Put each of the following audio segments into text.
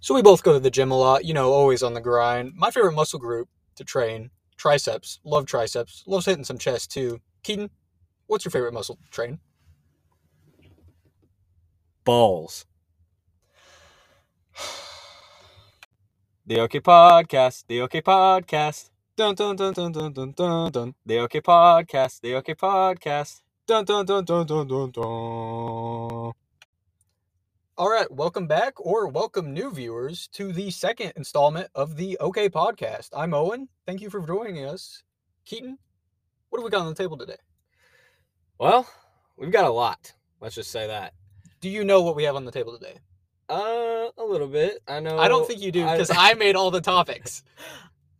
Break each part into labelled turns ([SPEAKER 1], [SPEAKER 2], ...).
[SPEAKER 1] So we both go to the gym a lot, you know, always on the grind. My favorite muscle group to train, triceps. Love triceps. Loves hitting some chest too. Keaton, what's your favorite muscle to train?
[SPEAKER 2] Balls. The OK Podcast, the OK Podcast,
[SPEAKER 1] Dun dun dun dun dun dun dun dun
[SPEAKER 2] the OK Podcast, the OK Podcast.
[SPEAKER 1] dun dun dun dun dun dun dun. All right, welcome back or welcome new viewers to the second installment of the OK Podcast. I'm Owen. Thank you for joining us. Keaton, what have we got on the table today?
[SPEAKER 2] Well, we've got a lot. Let's just say that.
[SPEAKER 1] Do you know what we have on the table today?
[SPEAKER 2] Uh, a little bit. I know.
[SPEAKER 1] I don't think you do
[SPEAKER 2] I-
[SPEAKER 1] because I made all the topics.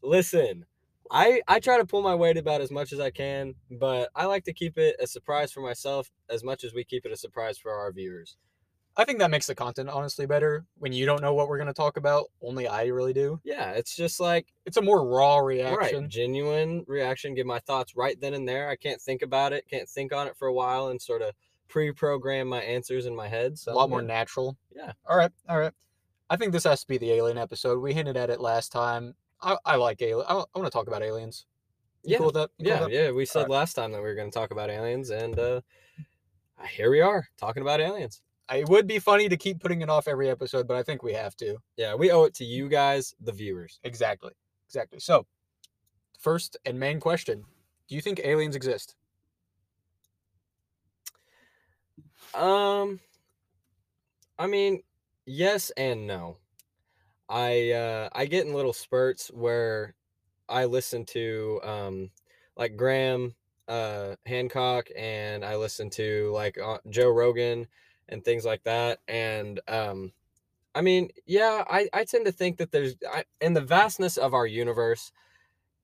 [SPEAKER 2] Listen, I I try to pull my weight about as much as I can, but I like to keep it a surprise for myself as much as we keep it a surprise for our viewers.
[SPEAKER 1] I think that makes the content honestly better when you don't know what we're going to talk about. Only I really do.
[SPEAKER 2] Yeah, it's just like
[SPEAKER 1] It's a more raw
[SPEAKER 2] all
[SPEAKER 1] reaction.
[SPEAKER 2] right, genuine reaction. Give my thoughts right then and there. I can't think about it. Can't think on it for a while and sort of pre-program my answers in my head. So
[SPEAKER 1] a lot more
[SPEAKER 2] yeah.
[SPEAKER 1] natural.
[SPEAKER 2] Yeah.
[SPEAKER 1] All right. All right. I think this has to be the alien episode. We hinted at it last time. I, I like alien. I, want to talk about aliens. You
[SPEAKER 2] Yeah,
[SPEAKER 1] cool with that? You cool
[SPEAKER 2] yeah,
[SPEAKER 1] with that?
[SPEAKER 2] yeah. We said
[SPEAKER 1] right.
[SPEAKER 2] last time that we were going to talk about aliens, and uh, here we are talking about aliens.
[SPEAKER 1] I- It would be funny to keep putting it off every episode, but I think we have to.
[SPEAKER 2] Yeah, we owe it to you guys, the viewers.
[SPEAKER 1] Exactly. Exactly. So, first and main question Do you think aliens exist?
[SPEAKER 2] Um, I mean, yes and no. I uh, I get in little spurts where I listen to um, like Graham uh, Hancock, and I listen to like uh, Joe Rogan and things like that. And um, I mean, yeah, I I tend to think that there's I, in the vastness of our universe,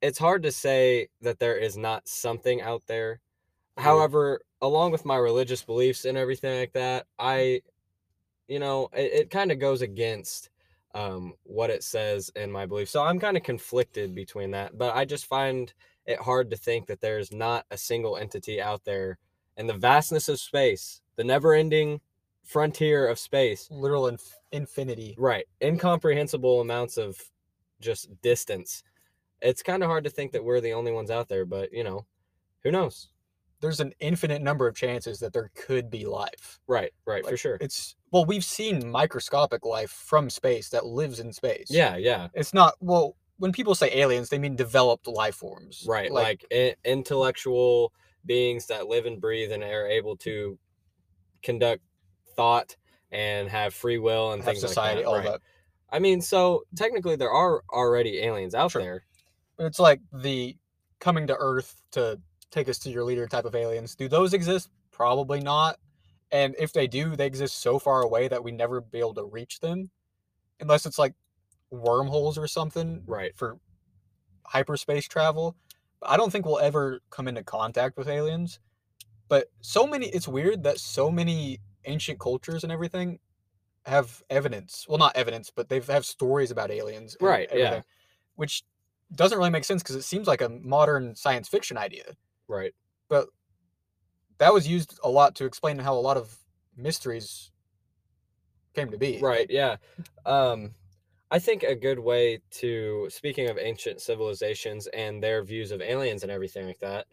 [SPEAKER 2] it's hard to say that there is not something out there.
[SPEAKER 1] Mhm.
[SPEAKER 2] However, along with my religious beliefs and everything like that, I, you know, it, it kind of goes against um, what it says in my belief. So I'm kind of conflicted between that, but I just find it hard to think that there's not a single entity out there in the vastness of space, the never ending frontier of space.
[SPEAKER 1] Literal inf- infinity.
[SPEAKER 2] Right. Incomprehensible amounts of just distance. It's kind of hard to think that we're the only ones out there, but you know, who knows?
[SPEAKER 1] There's an infinite number of chances that there could be life.
[SPEAKER 2] Right, right, for
[SPEAKER 1] Like,
[SPEAKER 2] sure.
[SPEAKER 1] It's, well, we've seen microscopic life from space that lives in space.
[SPEAKER 2] Yeah, yeah.
[SPEAKER 1] it's not well when people say aliens they mean developed life forms
[SPEAKER 2] Right. Like, i- intellectual beings that live and breathe and are able to conduct thought and have free will and
[SPEAKER 1] have
[SPEAKER 2] things
[SPEAKER 1] society
[SPEAKER 2] like that.
[SPEAKER 1] all
[SPEAKER 2] right.
[SPEAKER 1] that
[SPEAKER 2] I mean, so technically there are already aliens out
[SPEAKER 1] Sure.
[SPEAKER 2] there.
[SPEAKER 1] but it's like the coming to earth to take us to your leader type of aliens do those exist probably not and if they do they exist so far away that we never be able to reach them unless it's like wormholes or something
[SPEAKER 2] Right.
[SPEAKER 1] for hyperspace travel. But I don't think we'll ever come into contact with aliens. But so many, it's weird that so many ancient cultures and everything have evidence. Well, not evidence, but they have stories about aliens. and
[SPEAKER 2] Right, yeah.
[SPEAKER 1] everything, Which doesn't really make sense because it seems like a modern science fiction idea.
[SPEAKER 2] Right.
[SPEAKER 1] That was used a lot to explain how a lot of mysteries came to be.
[SPEAKER 2] Right, yeah. Um I think a good way to speaking of ancient civilizations and their views of aliens and everything like that,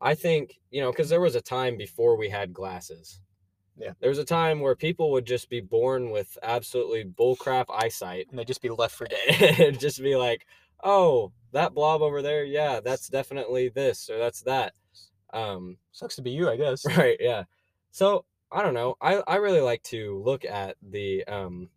[SPEAKER 2] I think, you know, cuz there was a time before we had glasses.
[SPEAKER 1] Yeah.
[SPEAKER 2] There was a time where people would just be born with absolutely bullcrap eyesight
[SPEAKER 1] And they just be left for dead.
[SPEAKER 2] and just be like, "Oh, that blob over there, yeah, that's definitely this or that's that." Um
[SPEAKER 1] Sucks to be you, I guess.
[SPEAKER 2] Right, yeah. So I don't know. I, I really like to look at the um,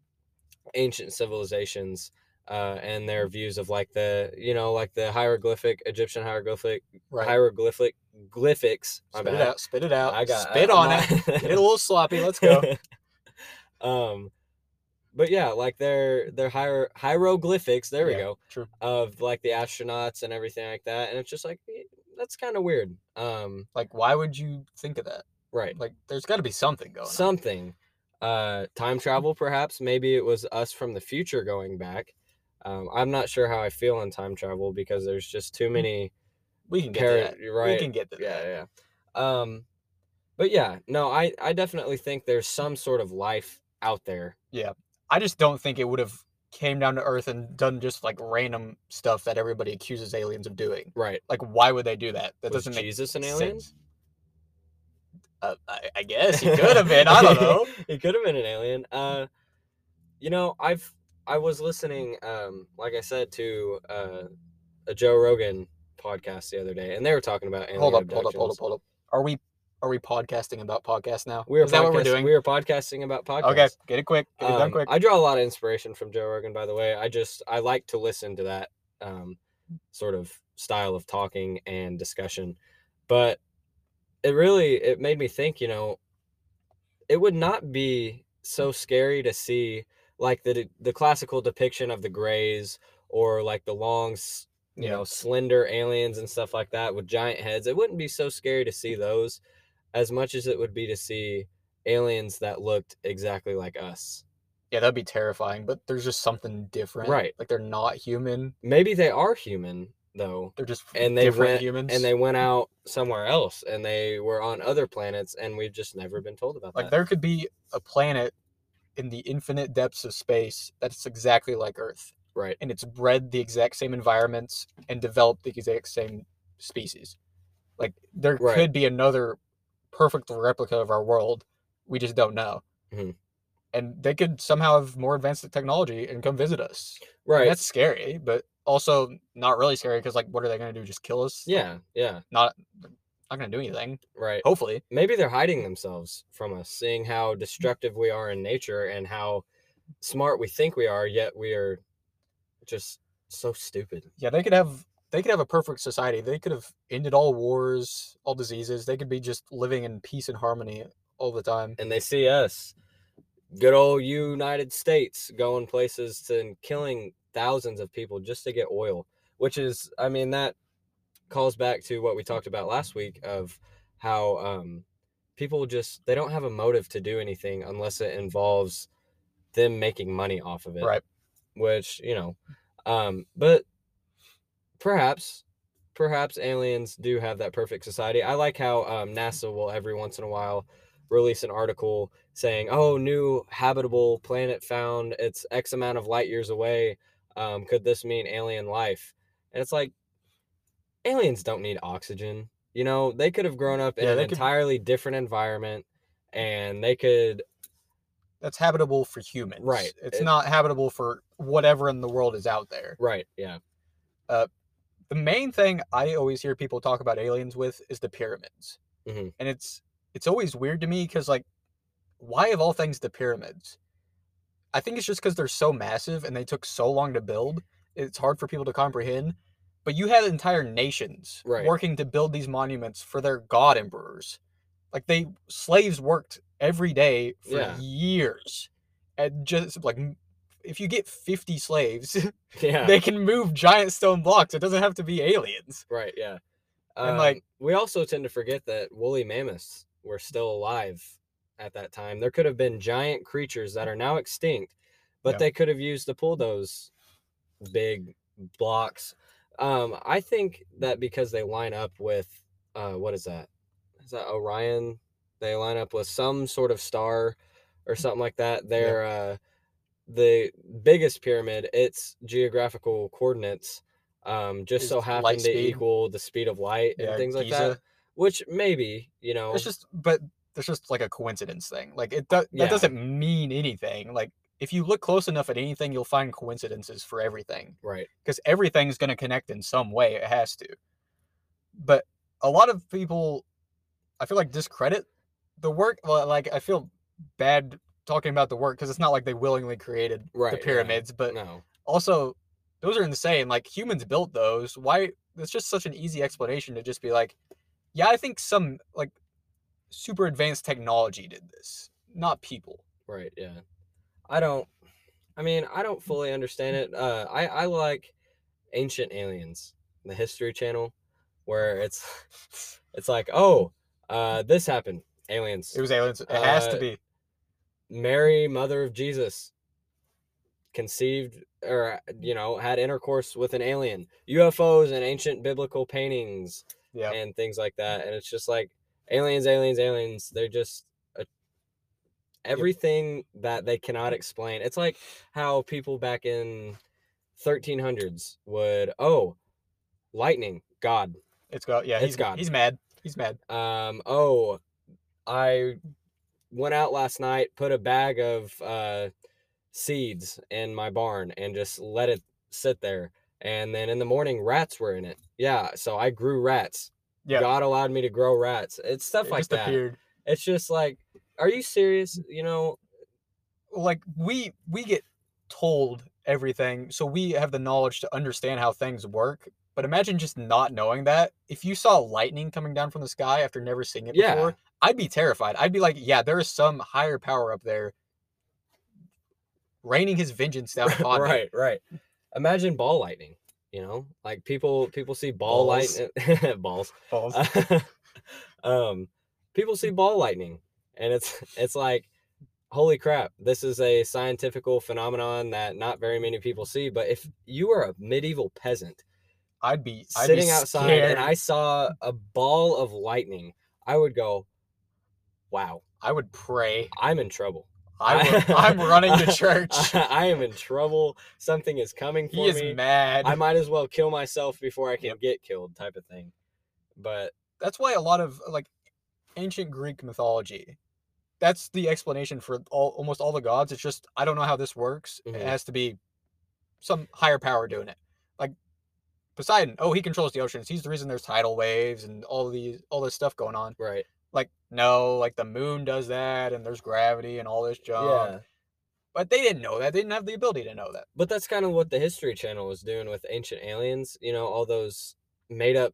[SPEAKER 2] ancient civilizations uh, and
[SPEAKER 1] Mm-hmm.
[SPEAKER 2] their views of like the you know like the hieroglyphic Egyptian hieroglyphic
[SPEAKER 1] Right.
[SPEAKER 2] hieroglyphic glyphics. my
[SPEAKER 1] Spit it
[SPEAKER 2] bad.
[SPEAKER 1] out. Spit it out.
[SPEAKER 2] I got
[SPEAKER 1] spit
[SPEAKER 2] I-
[SPEAKER 1] on
[SPEAKER 2] my-
[SPEAKER 1] it. Get it a little sloppy. Let's go.
[SPEAKER 2] um, but yeah, like their their hier- hieroglyphics. There we
[SPEAKER 1] Yeah.
[SPEAKER 2] go
[SPEAKER 1] True.
[SPEAKER 2] of like the astronauts and everything like that, and it's just like eh, that's kind of weird. Um,
[SPEAKER 1] Like, why would you think of that?
[SPEAKER 2] right.
[SPEAKER 1] Like, there's got to be something going on.
[SPEAKER 2] something uh time travel perhaps maybe it was us from the future going back um, i'm not sure how i feel on time travel because there's just too many
[SPEAKER 1] We can get
[SPEAKER 2] par-
[SPEAKER 1] to that.
[SPEAKER 2] right
[SPEAKER 1] We can get to that.
[SPEAKER 2] yeah yeah um but yeah no i i definitely think there's some sort of life out there
[SPEAKER 1] I just don't think it would have came down to earth and done just like random stuff that everybody accuses aliens of doing.
[SPEAKER 2] Right.
[SPEAKER 1] Like, why would they do that? That
[SPEAKER 2] Was
[SPEAKER 1] doesn't make
[SPEAKER 2] Jesus an alien?
[SPEAKER 1] sense. Uh, I, I guess he could have been. I don't know.
[SPEAKER 2] it could have been an alien. Uh, you know, I've I was listening, um, like I said, to uh, a Joe Rogan podcast the other day, and they were talking about alien
[SPEAKER 1] hold up, hold up, hold up,
[SPEAKER 2] abductions.
[SPEAKER 1] hold up. Are we are we podcasting about podcasts now?
[SPEAKER 2] We were
[SPEAKER 1] Is that what we're
[SPEAKER 2] podcasting-
[SPEAKER 1] doing?
[SPEAKER 2] We were podcasting about podcasts.
[SPEAKER 1] okay, get it quick. Get it done
[SPEAKER 2] Um,
[SPEAKER 1] quick.
[SPEAKER 2] I draw a lot of inspiration from Joe Rogan, by the way. I just I like to listen to that um, sort of style of talking and discussion, but it really it made me think. You know, it would not be so scary to see like the de- the classical depiction of the Greys or like the long, s- you
[SPEAKER 1] Yeah.
[SPEAKER 2] know, slender aliens and stuff like that with giant heads. It wouldn't be so scary to see those as much as it would be to see aliens that looked exactly like us.
[SPEAKER 1] yeah, that'd be terrifying. But there's just something different.
[SPEAKER 2] Right.
[SPEAKER 1] Like they're not human.
[SPEAKER 2] maybe they are human though
[SPEAKER 1] They're just
[SPEAKER 2] and they
[SPEAKER 1] different
[SPEAKER 2] went
[SPEAKER 1] humans.
[SPEAKER 2] and they went out somewhere else and they were on other planets and we've just never been told about
[SPEAKER 1] like
[SPEAKER 2] that
[SPEAKER 1] there could be a planet in the infinite depths of space that's exactly like Earth,
[SPEAKER 2] right
[SPEAKER 1] and it's bred the exact same environments and developed the exact same species. Like there
[SPEAKER 2] Right.
[SPEAKER 1] could be another perfect replica of our world. We just don't know.
[SPEAKER 2] Mhm.
[SPEAKER 1] And they could somehow have more advanced technology and come visit us. And
[SPEAKER 2] right
[SPEAKER 1] That's scary, but also not really scary because, like, what are they going to do? Just kill us? Like,
[SPEAKER 2] yeah yeah
[SPEAKER 1] Not, not going to do anything.
[SPEAKER 2] right
[SPEAKER 1] Hopefully.
[SPEAKER 2] maybe they're hiding themselves from us seeing how
[SPEAKER 1] Hmm.
[SPEAKER 2] destructive we are in nature and how smart we think we are yet we are just so stupid
[SPEAKER 1] Yeah, they could have they could have a perfect society. They could have ended all wars, all diseases. They could be just living in peace and harmony all the time.
[SPEAKER 2] and they see us good old united states going places to, and killing thousands of people just to get oil which is i mean that calls back to what we talked about last week of how um, people just they don't have a motive to do anything unless it involves them making money off of it
[SPEAKER 1] Right.
[SPEAKER 2] which you know um but perhaps perhaps aliens do have that perfect society i like how um, nasa will every once in a while release an article saying oh new habitable planet found it's x amount of light years away um, could this mean alien life and it's like aliens don't need oxygen you know they could have grown up in
[SPEAKER 1] Yeah,
[SPEAKER 2] an
[SPEAKER 1] they could-
[SPEAKER 2] entirely different environment and they could
[SPEAKER 1] That's habitable for humans.
[SPEAKER 2] Right,
[SPEAKER 1] It's
[SPEAKER 2] it-
[SPEAKER 1] not habitable for whatever in the world is out there.
[SPEAKER 2] right yeah
[SPEAKER 1] The main thing I always hear people talk about aliens with is the pyramids.
[SPEAKER 2] Mhm.
[SPEAKER 1] And it's it's always weird to me cuz like why of all things the pyramids? I think it's just cuz they're so massive and they took so long to build. It's hard for people to comprehend. But you had entire nations
[SPEAKER 2] Right.
[SPEAKER 1] working to build these monuments for their god emperors. Like they slaves worked every day for
[SPEAKER 2] Yeah.
[SPEAKER 1] years. And just like m- if you get 50 slaves,
[SPEAKER 2] yeah
[SPEAKER 1] they can move giant stone blocks. It doesn't have to be aliens.
[SPEAKER 2] Right. Yeah.
[SPEAKER 1] And,
[SPEAKER 2] Um,
[SPEAKER 1] like-
[SPEAKER 2] we also tend to forget that woolly mammoths were still alive at that time. There could have been giant creatures that are now extinct, but
[SPEAKER 1] Yeah.
[SPEAKER 2] they could have used to pull those big blocks. Um, I think that because they line up with uh, what is that? Is that Orion? They line up with some sort of star or
[SPEAKER 1] Mm.
[SPEAKER 2] something like that. They're uh, the biggest pyramid. Its geographical coordinates um, just
[SPEAKER 1] Is
[SPEAKER 2] so
[SPEAKER 1] light
[SPEAKER 2] happen to
[SPEAKER 1] speed.
[SPEAKER 2] equal the speed of light and things like
[SPEAKER 1] Giza.
[SPEAKER 2] that. Which maybe you know,
[SPEAKER 1] It's just, but it's just like a coincidence thing. Like it do- that
[SPEAKER 2] Yeah.
[SPEAKER 1] doesn't mean anything. Like if you look close enough at anything, you'll find coincidences for everything
[SPEAKER 2] right?
[SPEAKER 1] because everything's going to connect in some way. It has to. But a lot of people, I feel like discredit the work. Well, like I feel bad talking about the work because it's not like they willingly created
[SPEAKER 2] Right,
[SPEAKER 1] the
[SPEAKER 2] yeah.
[SPEAKER 1] pyramids, but
[SPEAKER 2] No,
[SPEAKER 1] also those are insane like humans built those why it's just such an easy explanation to just be like yeah i think some like super advanced technology did this not people
[SPEAKER 2] right? Yeah, I don't. I mean, I
[SPEAKER 1] Mm.
[SPEAKER 2] don't fully understand it. Uh, I I like ancient aliens, the History Channel, where it's it's like, oh, uh, this happened, aliens.
[SPEAKER 1] it was aliens it has to
[SPEAKER 2] Uh,
[SPEAKER 1] be
[SPEAKER 2] Mary, mother of Jesus, conceived or you know had intercourse with an alien. UFOs and ancient biblical paintings
[SPEAKER 1] yeah
[SPEAKER 2] and things like that. And it's just like aliens, aliens, aliens. They're just a, uh, everything that they cannot explain. It's like how people back in 1300s would oh, lightning, god.
[SPEAKER 1] It's got yeah.
[SPEAKER 2] It's
[SPEAKER 1] He's
[SPEAKER 2] God.
[SPEAKER 1] He's mad. He's mad.
[SPEAKER 2] Um, oh, I went out last night, put a bag of uh, seeds in my barn and just let it sit there. And then in the morning, rats were in it. Yeah, so I grew rats.
[SPEAKER 1] Yeah.
[SPEAKER 2] God allowed me to grow rats. It's stuff
[SPEAKER 1] it
[SPEAKER 2] like
[SPEAKER 1] just
[SPEAKER 2] that.
[SPEAKER 1] appeared.
[SPEAKER 2] It's just like, are you serious? You know,
[SPEAKER 1] Like we we get told everything, so we have the knowledge to understand how things work. But imagine just not knowing that. If you saw lightning coming down from the sky after never seeing it
[SPEAKER 2] Yeah.
[SPEAKER 1] before, I'd be terrified. I'd be like, yeah, there is some higher power up there raining his vengeance down upon me.
[SPEAKER 2] right, right. Imagine ball lightning. You know, like people people see ball
[SPEAKER 1] Balls.
[SPEAKER 2] lightning balls.
[SPEAKER 1] Balls.
[SPEAKER 2] um, people see ball lightning, and it's it's like, holy crap! This is a scientifical phenomenon that not very many people see. But if you were a medieval peasant
[SPEAKER 1] I'd be I'd be
[SPEAKER 2] sitting outside
[SPEAKER 1] scared.
[SPEAKER 2] and I saw a ball of lightning, I would go, "Wow,
[SPEAKER 1] I would pray.
[SPEAKER 2] I'm in trouble.
[SPEAKER 1] I would, I'm running to church.
[SPEAKER 2] I am in trouble. Something is coming
[SPEAKER 1] He
[SPEAKER 2] Uh, for
[SPEAKER 1] is
[SPEAKER 2] me.
[SPEAKER 1] mad.
[SPEAKER 2] I might as well kill myself before I can get killed, type of thing." But
[SPEAKER 1] that's why a lot of like ancient greek mythology that's the explanation for all, almost all the gods it's just i don't know how this works
[SPEAKER 2] Mhm.
[SPEAKER 1] it has to be some higher power doing it like poseidon oh he controls the oceans he's the reason there's tidal waves and all these all this stuff going on
[SPEAKER 2] right,
[SPEAKER 1] like no like the moon does that and there's gravity and all this junk
[SPEAKER 2] yeah.
[SPEAKER 1] but they didn't know that they didn't have the ability to know that
[SPEAKER 2] But that's kind of what the History Channel was doing with Ancient Aliens. You know, all those made up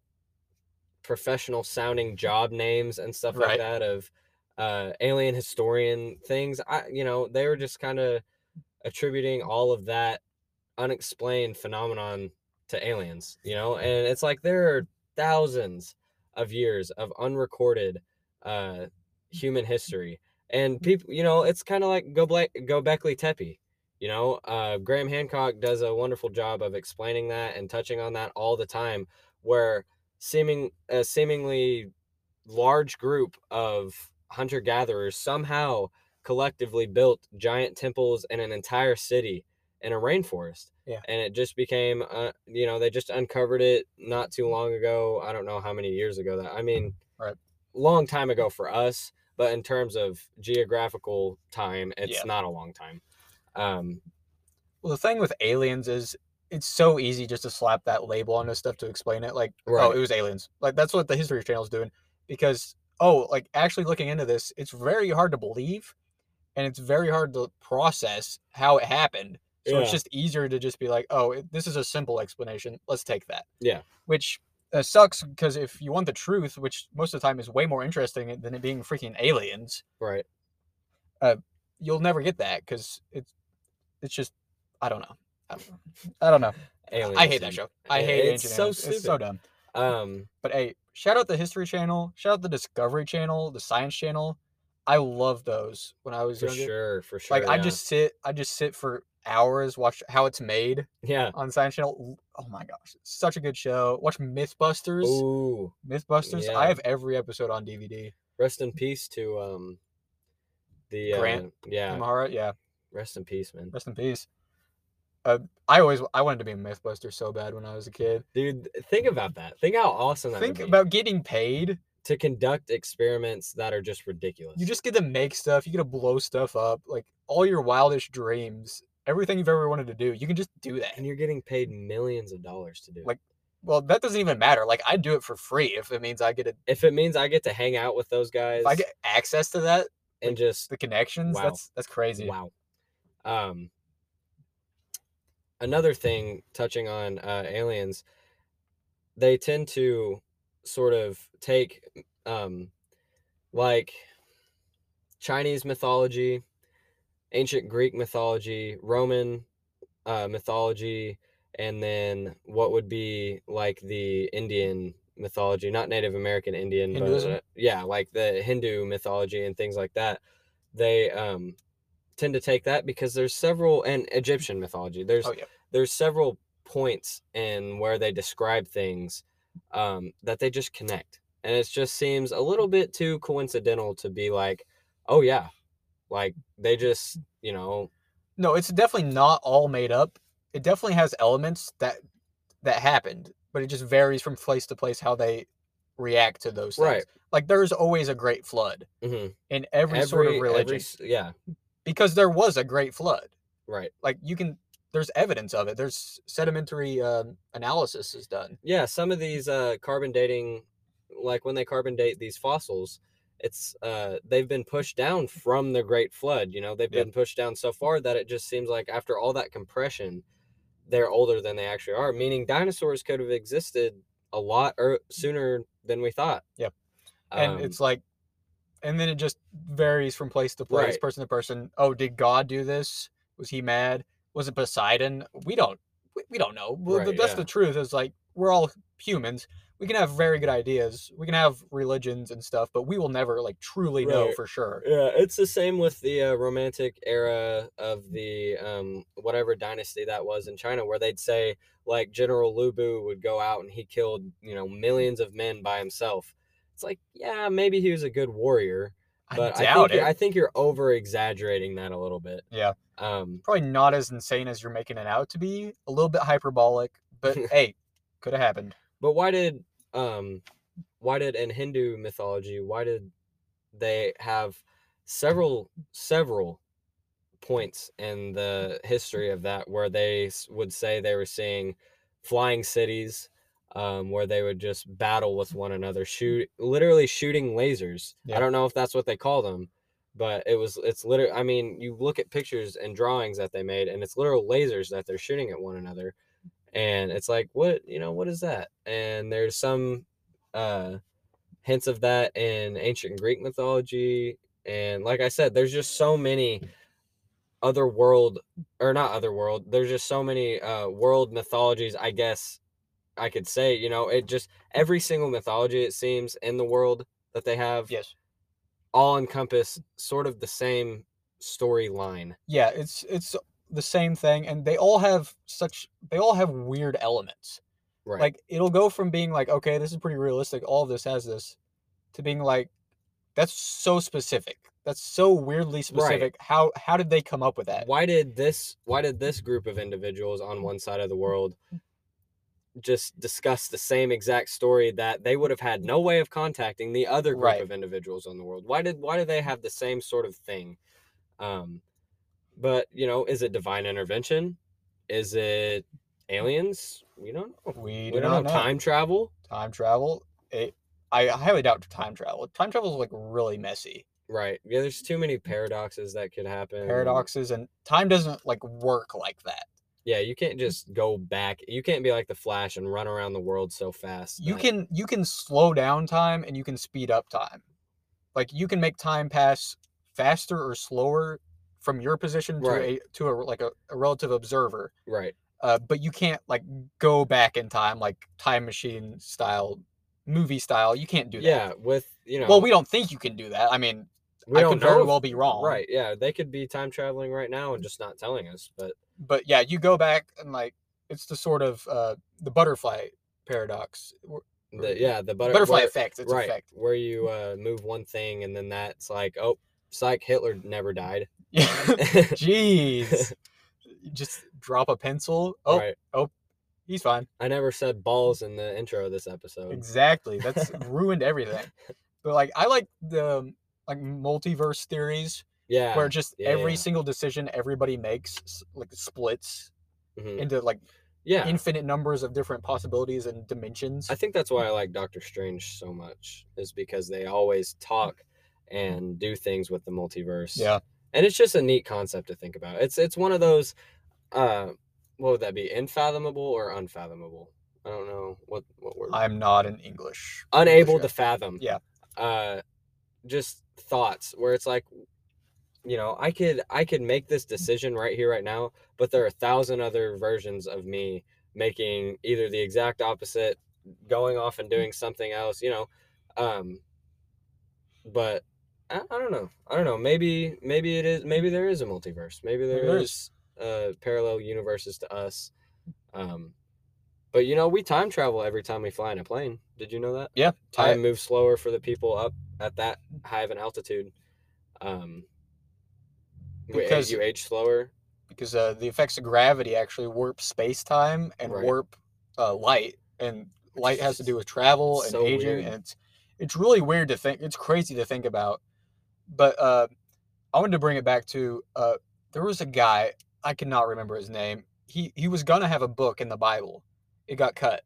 [SPEAKER 2] professional sounding job names and stuff
[SPEAKER 1] Right.
[SPEAKER 2] like that of uh, alien historian things. I, you know, they were just kind of attributing all of that unexplained phenomenon to aliens, you know, and it's like there are thousands of years of unrecorded uh, human history. And people, you know, it's kind of like Go Black, Go Beckley Tepe. You know, uh, Graham Hancock does a wonderful job of explaining that and touching on that all the time, where seeming a seemingly large group of hunter gatherers somehow collectively built giant temples and an entire city in a rainforest.
[SPEAKER 1] Yeah.
[SPEAKER 2] And it just became, uh, you know, they just uncovered it not too long ago. I don't know how many years ago that. I mean,
[SPEAKER 1] Right.
[SPEAKER 2] long time ago for us, but in terms of geographical time, it's
[SPEAKER 1] Yeah.
[SPEAKER 2] not a long time. Um,
[SPEAKER 1] Well, the thing with aliens is it's so easy just to slap that label on this stuff to explain it. Like, oh,
[SPEAKER 2] Right.
[SPEAKER 1] it was aliens. Like that's what the History Channel's doing because oh, like actually looking into this, it's very hard to believe, and it's very hard to process how it happened. So it's
[SPEAKER 2] Yeah.
[SPEAKER 1] just easier to just be like, oh, it, this is a simple explanation. Let's take that.
[SPEAKER 2] Yeah.
[SPEAKER 1] Which uh, sucks because if you want the truth, which most of the time is way more interesting than it being freaking aliens,
[SPEAKER 2] right.
[SPEAKER 1] you'll never get that because it's it's just I don't know. I don't know. I don't know.
[SPEAKER 2] Aliens.
[SPEAKER 1] I hate that
[SPEAKER 2] and-
[SPEAKER 1] show. I
[SPEAKER 2] Yeah,
[SPEAKER 1] hate
[SPEAKER 2] it's
[SPEAKER 1] ancient
[SPEAKER 2] so
[SPEAKER 1] aliens. It's so
[SPEAKER 2] stupid.
[SPEAKER 1] dumb.
[SPEAKER 2] Um,
[SPEAKER 1] But hey, shout out the History Channel. Shout out the Discovery Channel. The Science Channel. I love those when I was
[SPEAKER 2] for
[SPEAKER 1] younger.
[SPEAKER 2] sure. For sure.
[SPEAKER 1] like I
[SPEAKER 2] yeah.
[SPEAKER 1] just sit, I just sit for hours, watch how it's made
[SPEAKER 2] yeah.
[SPEAKER 1] on Science Channel. L- Oh my gosh, it's such a good show. Watch MythBusters.
[SPEAKER 2] Ooh.
[SPEAKER 1] MythBusters.
[SPEAKER 2] yeah.
[SPEAKER 1] I have every episode on DVD.
[SPEAKER 2] rest in peace to um the
[SPEAKER 1] Grant
[SPEAKER 2] uh, yeah
[SPEAKER 1] Amhara, yeah,
[SPEAKER 2] rest in peace man
[SPEAKER 1] rest in peace. Uh, I always, I wanted to be a MythBuster so bad when I was a kid.
[SPEAKER 2] dude think about that think how awesome that
[SPEAKER 1] Think
[SPEAKER 2] would be
[SPEAKER 1] about getting paid.
[SPEAKER 2] to conduct experiments that are just ridiculous
[SPEAKER 1] you just get to make stuff you get to blow stuff up like all your wildest dreams everything you've ever wanted to do you can just do that
[SPEAKER 2] and you're getting paid millions of dollars to do it.
[SPEAKER 1] Like- well that doesn't even matter like i do it for free if it means i get a,
[SPEAKER 2] if it means i get to hang out with those guys
[SPEAKER 1] if i get access to that
[SPEAKER 2] and just
[SPEAKER 1] the connections
[SPEAKER 2] Wow.
[SPEAKER 1] that's that's crazy
[SPEAKER 2] Wow. Um, another thing touching on uh, aliens, they tend to sort of take um, like Chinese mythology, ancient Greek mythology, Roman uh, mythology, and then what would be like the Indian mythology, not Native American Indian,
[SPEAKER 1] Hinduism?
[SPEAKER 2] but uh, yeah, like the Hindu mythology and things like that. They um, tend to take that because there's several and Egyptian mythology. There's
[SPEAKER 1] oh yeah
[SPEAKER 2] there's several points in where they describe things um, that they just connect, and it just seems a little bit too coincidental to be like, oh yeah, Like they just,
[SPEAKER 1] Mm-hmm.
[SPEAKER 2] you know,
[SPEAKER 1] No, it's definitely not all made up. It definitely has elements that that happened, but it just varies from place to place how they react to those things.
[SPEAKER 2] Right.
[SPEAKER 1] Like there's always a great flood
[SPEAKER 2] mhm,
[SPEAKER 1] in every, sort of religion
[SPEAKER 2] every s- yeah,
[SPEAKER 1] because there was a great flood.
[SPEAKER 2] right.
[SPEAKER 1] Like you can there's evidence of it. There's sedimentary um, analysis is done.
[SPEAKER 2] Yeah, some of these uh, carbon dating, like when they carbon date these fossils, it's uh, they've been pushed down from the Great Flood. You know, they've
[SPEAKER 1] Yep.
[SPEAKER 2] been pushed down so far that it just seems like after all that compression, they're older than they actually are. Meaning, dinosaurs could have existed a lot or sooner than we thought.
[SPEAKER 1] Yep. and
[SPEAKER 2] Um,
[SPEAKER 1] it's like and then it just varies from place to place
[SPEAKER 2] Right.
[SPEAKER 1] person to person oh did god do this was he mad was it poseidon we don't we, we don't know well,
[SPEAKER 2] Right,
[SPEAKER 1] that's
[SPEAKER 2] yeah.
[SPEAKER 1] the truth is like we're all humans we can have very good ideas we can have religions and stuff but we will never like truly know
[SPEAKER 2] Right.
[SPEAKER 1] for sure
[SPEAKER 2] Yeah, it's the same with the uh, Romantic era of the um, whatever dynasty that was in China, where they'd say like General Lu Bu would go out and he killed you know millions of men by himself. It's like yeah, maybe he was a good warrior, but
[SPEAKER 1] i
[SPEAKER 2] I,
[SPEAKER 1] doubt
[SPEAKER 2] think
[SPEAKER 1] it
[SPEAKER 2] you're- I think you're over exaggerating that a little bit.
[SPEAKER 1] Yeah.
[SPEAKER 2] Um.
[SPEAKER 1] probably not as insane as you're making it out to be a little bit hyperbolic but hey could have happened
[SPEAKER 2] But why did um, why did in Hindu mythology why did they have several several points in the history of that where they s- would say they were seeing flying cities um, where they would just battle with one another shoot literally shooting lasers
[SPEAKER 1] Yeah.
[SPEAKER 2] i don't know if that's what they call them but it was it's literally i mean you look at pictures and drawings that they made and it's literal lasers that they're shooting at one another and it's like what you know what is that and there's some uh hints of that in ancient greek mythology and like i said there's just so many other world or not other world there's just so many uh world mythologies i guess i could say you know it just every single mythology it seems in the world that they have
[SPEAKER 1] yes
[SPEAKER 2] all encompass sort of the same storyline
[SPEAKER 1] yeah it's it's the same thing and they all have such they all have weird elements
[SPEAKER 2] right
[SPEAKER 1] like it'll go from being like okay this is pretty realistic all of this has this to being like that's so specific that's so weirdly specific how how did they come up with that
[SPEAKER 2] why did this why did this group of individuals on one side of the world
[SPEAKER 1] Mm.
[SPEAKER 2] just discuss the same exact story that they would have had no way of contacting the other group
[SPEAKER 1] Right.
[SPEAKER 2] of individuals on the world why did why do they have the same sort of thing um but you know is it divine intervention is it aliens we don't know
[SPEAKER 1] we
[SPEAKER 2] we
[SPEAKER 1] do
[SPEAKER 2] don't
[SPEAKER 1] not
[SPEAKER 2] know
[SPEAKER 1] know
[SPEAKER 2] time travel
[SPEAKER 1] time travel it i highly doubt time travel time travel is like really messy
[SPEAKER 2] right yeah there's too many paradoxes that could happen and-
[SPEAKER 1] paradoxes and time doesn't like work like that
[SPEAKER 2] yeah you
[SPEAKER 1] Mm.
[SPEAKER 2] can't just go back you can't be like the flash and run around the world so fast
[SPEAKER 1] you
[SPEAKER 2] that-
[SPEAKER 1] can you can slow down time and you can speed up time like you can make time pass faster or slower from your position to
[SPEAKER 2] Right.
[SPEAKER 1] a to a like a, a relative observer
[SPEAKER 2] right
[SPEAKER 1] uh, but you can't like go back in time like time machine style movie style you can't do that
[SPEAKER 2] yeah with you know
[SPEAKER 1] well we don't think you can do that i mean
[SPEAKER 2] we
[SPEAKER 1] i
[SPEAKER 2] don't
[SPEAKER 1] could very
[SPEAKER 2] if-
[SPEAKER 1] well be wrong Mm.
[SPEAKER 2] right yeah they could be time traveling right now and just not telling us but
[SPEAKER 1] but yeah you go back and like it's the sort of uh the butterfly paradox w-
[SPEAKER 2] the, yeah the butter-
[SPEAKER 1] butterfly
[SPEAKER 2] where-
[SPEAKER 1] effect Mm. it's
[SPEAKER 2] right
[SPEAKER 1] effect
[SPEAKER 2] where you uh move one thing and then that's like oh psych hitler never died
[SPEAKER 1] yeah Jeez. You Just drop a pencil. Oh,
[SPEAKER 2] right
[SPEAKER 1] he's fine.
[SPEAKER 2] i never said balls in the intro of this episode
[SPEAKER 1] Exactly. That's ruined everything. But like I like the um, like multiverse theories
[SPEAKER 2] yeah
[SPEAKER 1] where just
[SPEAKER 2] yeah,
[SPEAKER 1] every
[SPEAKER 2] yeah.
[SPEAKER 1] single decision everybody makes s- like splits
[SPEAKER 2] mhm.
[SPEAKER 1] into like
[SPEAKER 2] yeah
[SPEAKER 1] infinite numbers of different possibilities and dimensions.
[SPEAKER 2] I think that's why I like Doctor Strange so much is because they always talk and do things with the multiverse.
[SPEAKER 1] yeah.
[SPEAKER 2] And it's just a neat concept to think about. It's it's one of those uh what would that be? Infathomable or unfathomable? I don't know what what word.
[SPEAKER 1] I'm not an English. English
[SPEAKER 2] Unable
[SPEAKER 1] guy.
[SPEAKER 2] to fathom.
[SPEAKER 1] Yeah.
[SPEAKER 2] Uh just thoughts where it's like you know, I could I could make this decision right here right now, but there are a thousand other versions of me making either the exact opposite, going off and doing something else, you know. Um but I, I don't know. I don't know. Maybe maybe it is maybe there is a multiverse. Maybe
[SPEAKER 1] Maybe
[SPEAKER 2] there
[SPEAKER 1] there
[SPEAKER 2] is uh parallel universes to us. Um but you know, we time travel every time we fly in a plane. Did you know that?
[SPEAKER 1] Yeah. I-
[SPEAKER 2] Time moves slower for the people up at that high of an altitude. Um because
[SPEAKER 1] Because-
[SPEAKER 2] you age slower.
[SPEAKER 1] because uh, the effects of gravity actually warp space time and
[SPEAKER 2] Right.
[SPEAKER 1] warp uh, light, and light has to do with travel and
[SPEAKER 2] So
[SPEAKER 1] aging,
[SPEAKER 2] weird.
[SPEAKER 1] and it's it's really weird to think. It's crazy to think about, but uh, I wanted to bring it back to uh, there was a guy I cannot remember his name. He he was gonna have a book in the Bible, it got cut,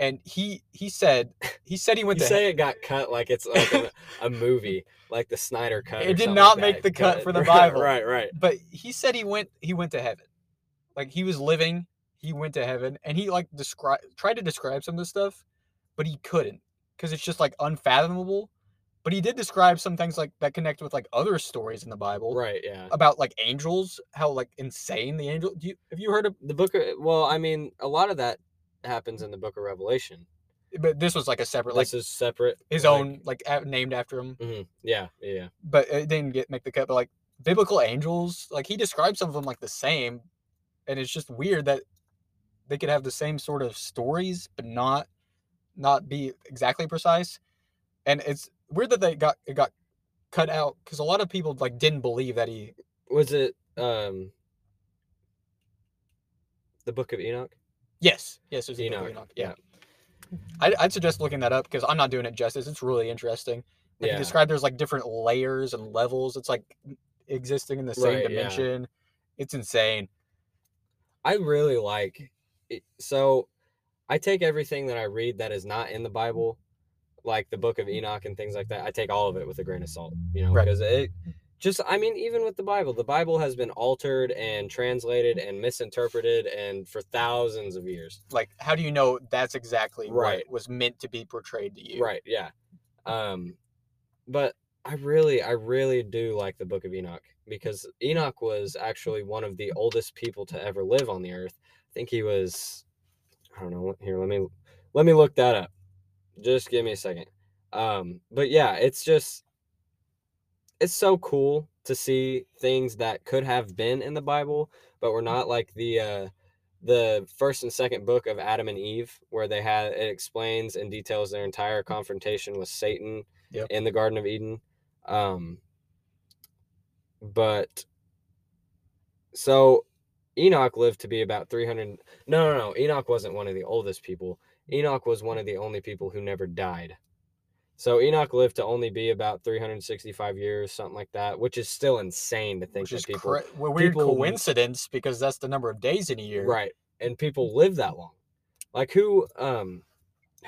[SPEAKER 1] and he he said he said he went
[SPEAKER 2] You
[SPEAKER 1] to he-
[SPEAKER 2] say it got cut like it's like a, a movie, like the Snyder cut.
[SPEAKER 1] It
[SPEAKER 2] or
[SPEAKER 1] did
[SPEAKER 2] something
[SPEAKER 1] not
[SPEAKER 2] like
[SPEAKER 1] make
[SPEAKER 2] that.
[SPEAKER 1] the cut for the
[SPEAKER 2] Right,
[SPEAKER 1] Bible.
[SPEAKER 2] Right, right.
[SPEAKER 1] but he said he went he went to heaven like he was living he went to heaven and he like describe tried to describe some of this stuff but he couldn't because it's just like unfathomable but he did describe some things like that connect with like other stories in the bible
[SPEAKER 2] Right, yeah.
[SPEAKER 1] about like angels how like insane the angel do you have you heard of
[SPEAKER 2] The book of, well, I mean, a lot of that happens in the book of Revelation.
[SPEAKER 1] but this was like a separate like
[SPEAKER 2] this is separate.
[SPEAKER 1] his
[SPEAKER 2] like-
[SPEAKER 1] own like a- named after him
[SPEAKER 2] mhm, yeah, yeah.
[SPEAKER 1] but it didn't get make the cut. But like biblical angels, like he describes some of them like the same, and it's just weird that they could have the same sort of stories, but not not be exactly precise. And it's weird that they got it got cut out because a lot of people like didn't believe that he.
[SPEAKER 2] Was it um the book of Enoch?
[SPEAKER 1] Yes, yes, there's a Enoch, Enoch. Yeah, I'd, I'd suggest looking that up because I'm not doing it justice. It's really interesting. Like
[SPEAKER 2] Yeah.
[SPEAKER 1] you described, there's like different layers and levels. It's like existing in the same
[SPEAKER 2] Right, yeah.
[SPEAKER 1] dimension. It's insane.
[SPEAKER 2] I really like it. so I take everything that I read that is not in the Bible, like the book of Enoch and things like that. I take all of it with a grain of salt, you know,
[SPEAKER 1] Right.
[SPEAKER 2] because it just I mean even with the Bible, the Bible has been altered and translated and misinterpreted and for thousands of years.
[SPEAKER 1] like how do you know that's exactly
[SPEAKER 2] Right.
[SPEAKER 1] what was meant to be portrayed to you
[SPEAKER 2] Right, yeah. Um but I really I really do like the book of Enoch because Enoch was actually one of the oldest people to ever live on the earth. I think he was I don't know, here let me let me look that up. Just give me a second. Um but yeah, it's just it's so cool to see things that could have been in the Bible but were not like the uh the first and second book of Adam and Eve, where they had it explains and details their entire confrontation with Satan
[SPEAKER 1] Yep.
[SPEAKER 2] in the Garden of Eden. Um, but so Enoch lived to be about 300. No, no, no. Enoch wasn't one of the oldest people. Enoch was one of the only people who never died. So Enoch lived to only be about 365 years, something like that, which is still insane to think
[SPEAKER 1] which is
[SPEAKER 2] that people
[SPEAKER 1] cra- a weird
[SPEAKER 2] people-
[SPEAKER 1] coincidence because that's the number of days in a year
[SPEAKER 2] Right. And people live that long. Like who um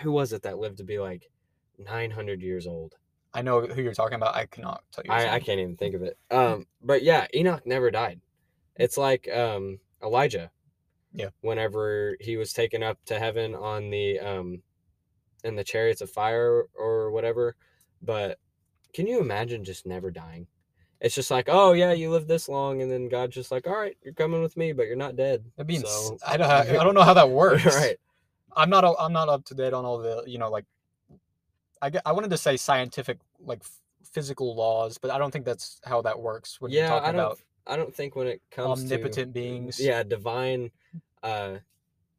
[SPEAKER 2] who was it that lived to be like 900 years old?
[SPEAKER 1] i know who you're talking about i cannot tell you his
[SPEAKER 2] I, I
[SPEAKER 1] name.
[SPEAKER 2] can't even think of it. Um but yeah, Enoch never died. It's like um Elijah.
[SPEAKER 1] Yeah.
[SPEAKER 2] Whenever he was taken up to heaven on the um in the chariots of fire or whatever, but can you imagine just never dying? It's just like, oh yeah, you lived this long, and then God's just like, all right, you're coming with me, but you're not dead.
[SPEAKER 1] That'd be ins-
[SPEAKER 2] so-
[SPEAKER 1] I, don't, I don't know how that works
[SPEAKER 2] right.
[SPEAKER 1] i'm not a- i'm not up to date on all the you know like i get, i wanted to say scientific like f- physical laws but i don't think that's how that works when you're
[SPEAKER 2] yeah,
[SPEAKER 1] talking
[SPEAKER 2] I don't.
[SPEAKER 1] about
[SPEAKER 2] I don't think when it comes
[SPEAKER 1] omnipotent beings
[SPEAKER 2] to yeah, divine uh,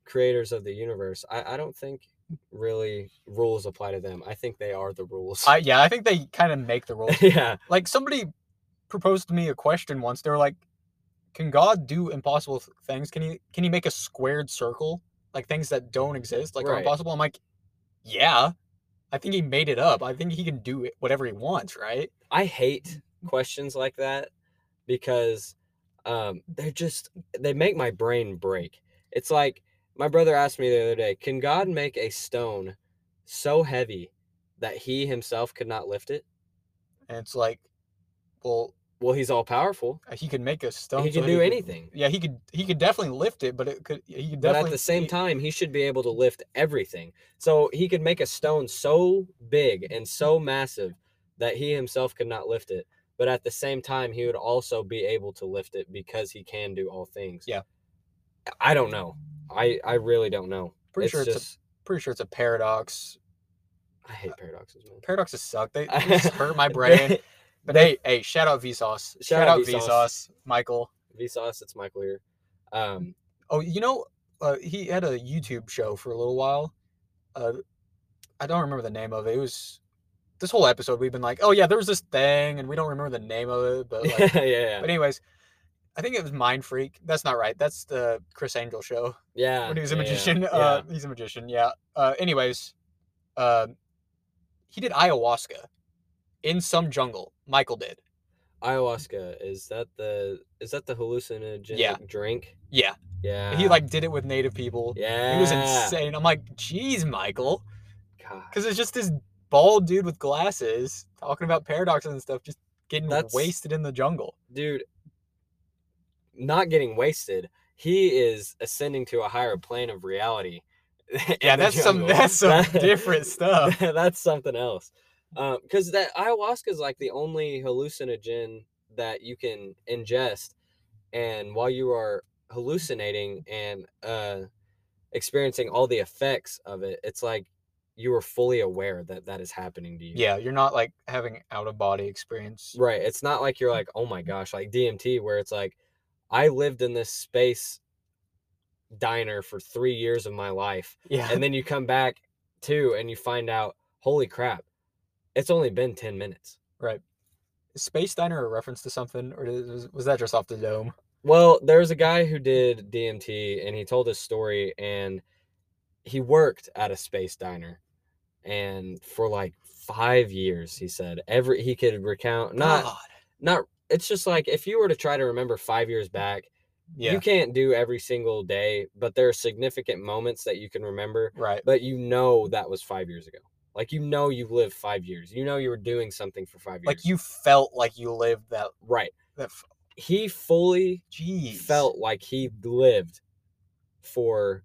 [SPEAKER 2] creators of the universe, I, I don't think really rules apply to them. I think they are the rules.
[SPEAKER 1] I, yeah i think they kind of make the rules
[SPEAKER 2] yeah,
[SPEAKER 1] like somebody proposed to me a question once they were like can god do impossible th- things can he can he make a squared circle like things that don't exist like are
[SPEAKER 2] Right.
[SPEAKER 1] impossible i'm like yeah i think he made it up i think he can do it whatever he wants right
[SPEAKER 2] I hate questions like that because um, they're just they make my brain break. It's like my brother asked me the other day, "Can God make a stone so heavy that He Himself could not lift it?"
[SPEAKER 1] and it's like well uh,
[SPEAKER 2] Well, He's all powerful.
[SPEAKER 1] he can make a stone
[SPEAKER 2] he
[SPEAKER 1] so
[SPEAKER 2] can do
[SPEAKER 1] could-
[SPEAKER 2] anything.
[SPEAKER 1] yeah he could he could definitely lift it but it could he could
[SPEAKER 2] But
[SPEAKER 1] definitely
[SPEAKER 2] at the same
[SPEAKER 1] he-
[SPEAKER 2] time, he should be able to lift everything. So he could make a stone so big and so massive that he himself could not lift it. But at the same time, he would also be able to lift it because he can do all things.
[SPEAKER 1] Yeah.
[SPEAKER 2] I don't know. I I really don't know.
[SPEAKER 1] pretty
[SPEAKER 2] it's
[SPEAKER 1] sure it's
[SPEAKER 2] just
[SPEAKER 1] a pretty sure it's a paradox
[SPEAKER 2] I hate paradoxes, man.
[SPEAKER 1] paradoxes suck they, they just hurt my brain But hey, hey, shout out Vsauce. Shout, out Vsauce. Michael.
[SPEAKER 2] Vsauce, it's Michael here. Um,
[SPEAKER 1] Oh, you know, uh, he had a YouTube show for a little while. Uh, I don't remember the name of it. It was this whole episode we've been like, oh yeah, there was this thing, and we don't remember the name of it. But like,
[SPEAKER 2] yeah, yeah, yeah.
[SPEAKER 1] but anyways, I think it was Mind Freak. That's not right. That's the Chris Angel show
[SPEAKER 2] Yeah.
[SPEAKER 1] when he was a
[SPEAKER 2] Ah, yeah, yeah,
[SPEAKER 1] magician.
[SPEAKER 2] Yeah.
[SPEAKER 1] Uh, he's a magician. Yeah. Uh, anyways, uh, he did ayahuasca in some jungle. Michael did.
[SPEAKER 2] Ayahuasca is that the is that the hallucinogenic drink?
[SPEAKER 1] Yeah.
[SPEAKER 2] Yeah.
[SPEAKER 1] he like did it with native people.
[SPEAKER 2] Ah. Yeah.
[SPEAKER 1] It was insane. I'm like, geez, Michael,
[SPEAKER 2] God.
[SPEAKER 1] because it's just this bald dude with glasses talking about paradoxes and stuff, just getting
[SPEAKER 2] That's-
[SPEAKER 1] wasted in the jungle.
[SPEAKER 2] Dude, not getting wasted. He is ascending to a higher plane of reality.
[SPEAKER 1] Yeah, that's some that's some different stuff.
[SPEAKER 2] that's something else. Because that ayahuasca is like the only hallucinogen that you can ingest, and while you are hallucinating and uh, experiencing all the effects of it, it's like you are fully aware that that is happening to you.
[SPEAKER 1] Yeah, you're not like having out of body experience.
[SPEAKER 2] Right. It's not like you're like, oh my gosh, like DMT, where it's like, I lived in this space diner for three years of my life
[SPEAKER 1] Yeah.
[SPEAKER 2] and then you come back too and you find out holy crap it's only been 10 minutes
[SPEAKER 1] Is Space Diner a reference to something, or is- was, was that just off the dome?
[SPEAKER 2] well there's a guy who did dmt and he told his story and he worked at a space diner and for like five years he said every he could recount not
[SPEAKER 1] God.
[SPEAKER 2] not it's just like if you were to try to remember five years back
[SPEAKER 1] Yeah.
[SPEAKER 2] you can't do every single day but there are significant moments that you can remember
[SPEAKER 1] right.
[SPEAKER 2] but you know that was five years ago. Like you know you lived five years. You know you were doing something for five years.
[SPEAKER 1] Like you felt like you lived that.
[SPEAKER 2] right.
[SPEAKER 1] That. F-
[SPEAKER 2] He fully
[SPEAKER 1] Jeez.
[SPEAKER 2] felt like he lived for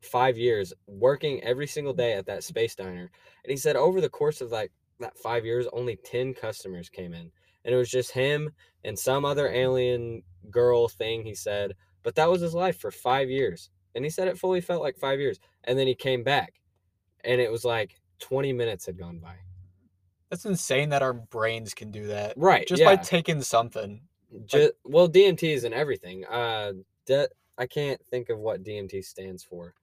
[SPEAKER 2] five years, working every single day at that space diner. And he said over the course of like that five years, only ten customers came in. And it was just him and some other alien girl thing he said. But that was his life for five years. And he said it fully felt like five years. And then he came back and it was like 20 minutes had gone by.
[SPEAKER 1] That's insane that our brains can do that
[SPEAKER 2] Right.
[SPEAKER 1] just by
[SPEAKER 2] yeah.
[SPEAKER 1] taking something.
[SPEAKER 2] Ju- well, DMT is in everything. Uh, de- I can't think of what DMT stands for.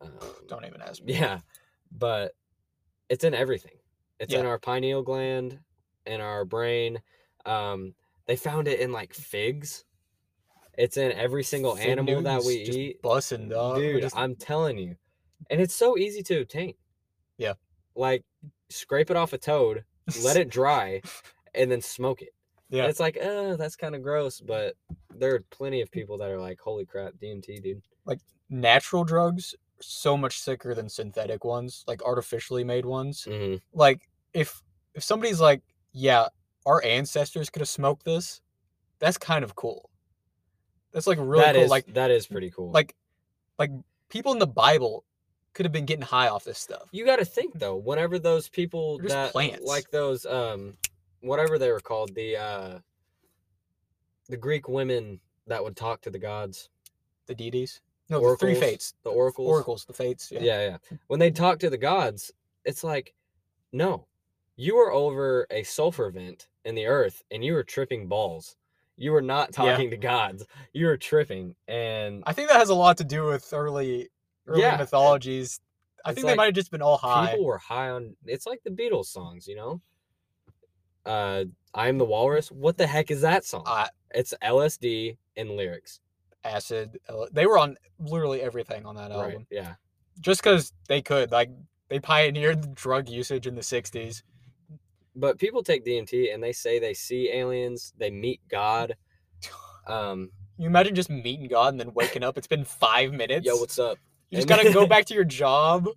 [SPEAKER 2] Um,
[SPEAKER 1] Don't even ask me.
[SPEAKER 2] yeah, but it's in everything. It's in
[SPEAKER 1] Yeah.
[SPEAKER 2] our pineal gland, in our brain. Um, they found it in like figs. It's in every single
[SPEAKER 1] Fig
[SPEAKER 2] animal that
[SPEAKER 1] Newton's
[SPEAKER 2] we
[SPEAKER 1] just
[SPEAKER 2] eat.
[SPEAKER 1] Bussing, dog. We're
[SPEAKER 2] Dude,
[SPEAKER 1] just-
[SPEAKER 2] I'm telling you. And it's so easy to obtain.
[SPEAKER 1] Yeah.
[SPEAKER 2] Like scrape it off a toad, let it dry, and then smoke it. And
[SPEAKER 1] Yeah.
[SPEAKER 2] it's like, oh, that's kind of gross, but there are plenty of people that are like, holy crap, DMT, dude.
[SPEAKER 1] natural drugs are so much sicker than synthetic ones, like artificially made ones.
[SPEAKER 2] Mm-hmm.
[SPEAKER 1] Like if if somebody's like, yeah, our ancestors could have smoked this, that's kind of cool. That's like really cool. Like
[SPEAKER 2] that is pretty cool.
[SPEAKER 1] like like people in the Bible could have been getting high off this stuff.
[SPEAKER 2] you got to think though, whenever those people
[SPEAKER 1] They're just
[SPEAKER 2] that
[SPEAKER 1] plants.
[SPEAKER 2] like those, um, whatever they were called, the uh, the Greek women that would talk to the gods,
[SPEAKER 1] The deities. No, the three
[SPEAKER 2] Oracles,
[SPEAKER 1] fates.
[SPEAKER 2] the oracles,
[SPEAKER 1] Oracles, the fates. Yeah.
[SPEAKER 2] yeah, yeah. When they talk to the gods, it's like, no, you were over a sulfur vent in the earth and you were tripping balls. You were not
[SPEAKER 1] Yeah.
[SPEAKER 2] talking to gods. You were tripping. And
[SPEAKER 1] I think that has a lot to do with early early
[SPEAKER 2] Yeah, it-
[SPEAKER 1] mythologies. I
[SPEAKER 2] it's
[SPEAKER 1] think they
[SPEAKER 2] like
[SPEAKER 1] might have just been all high.
[SPEAKER 2] people were high on it's like the Beatles songs, you know? Uh I'm the Walrus. What the heck is that song?
[SPEAKER 1] I-
[SPEAKER 2] it's LSD and lyrics.
[SPEAKER 1] acid. L- They were on literally everything on that album,
[SPEAKER 2] Right. Yeah.
[SPEAKER 1] just because they could. Like they pioneered drug usage in the '60s.
[SPEAKER 2] But people take DMT and they say they see aliens, they meet God. Um,
[SPEAKER 1] You imagine just meeting God and then waking up. It's been five minutes.
[SPEAKER 2] yo, what's up?
[SPEAKER 1] you just
[SPEAKER 2] and-
[SPEAKER 1] gotta go back to your job.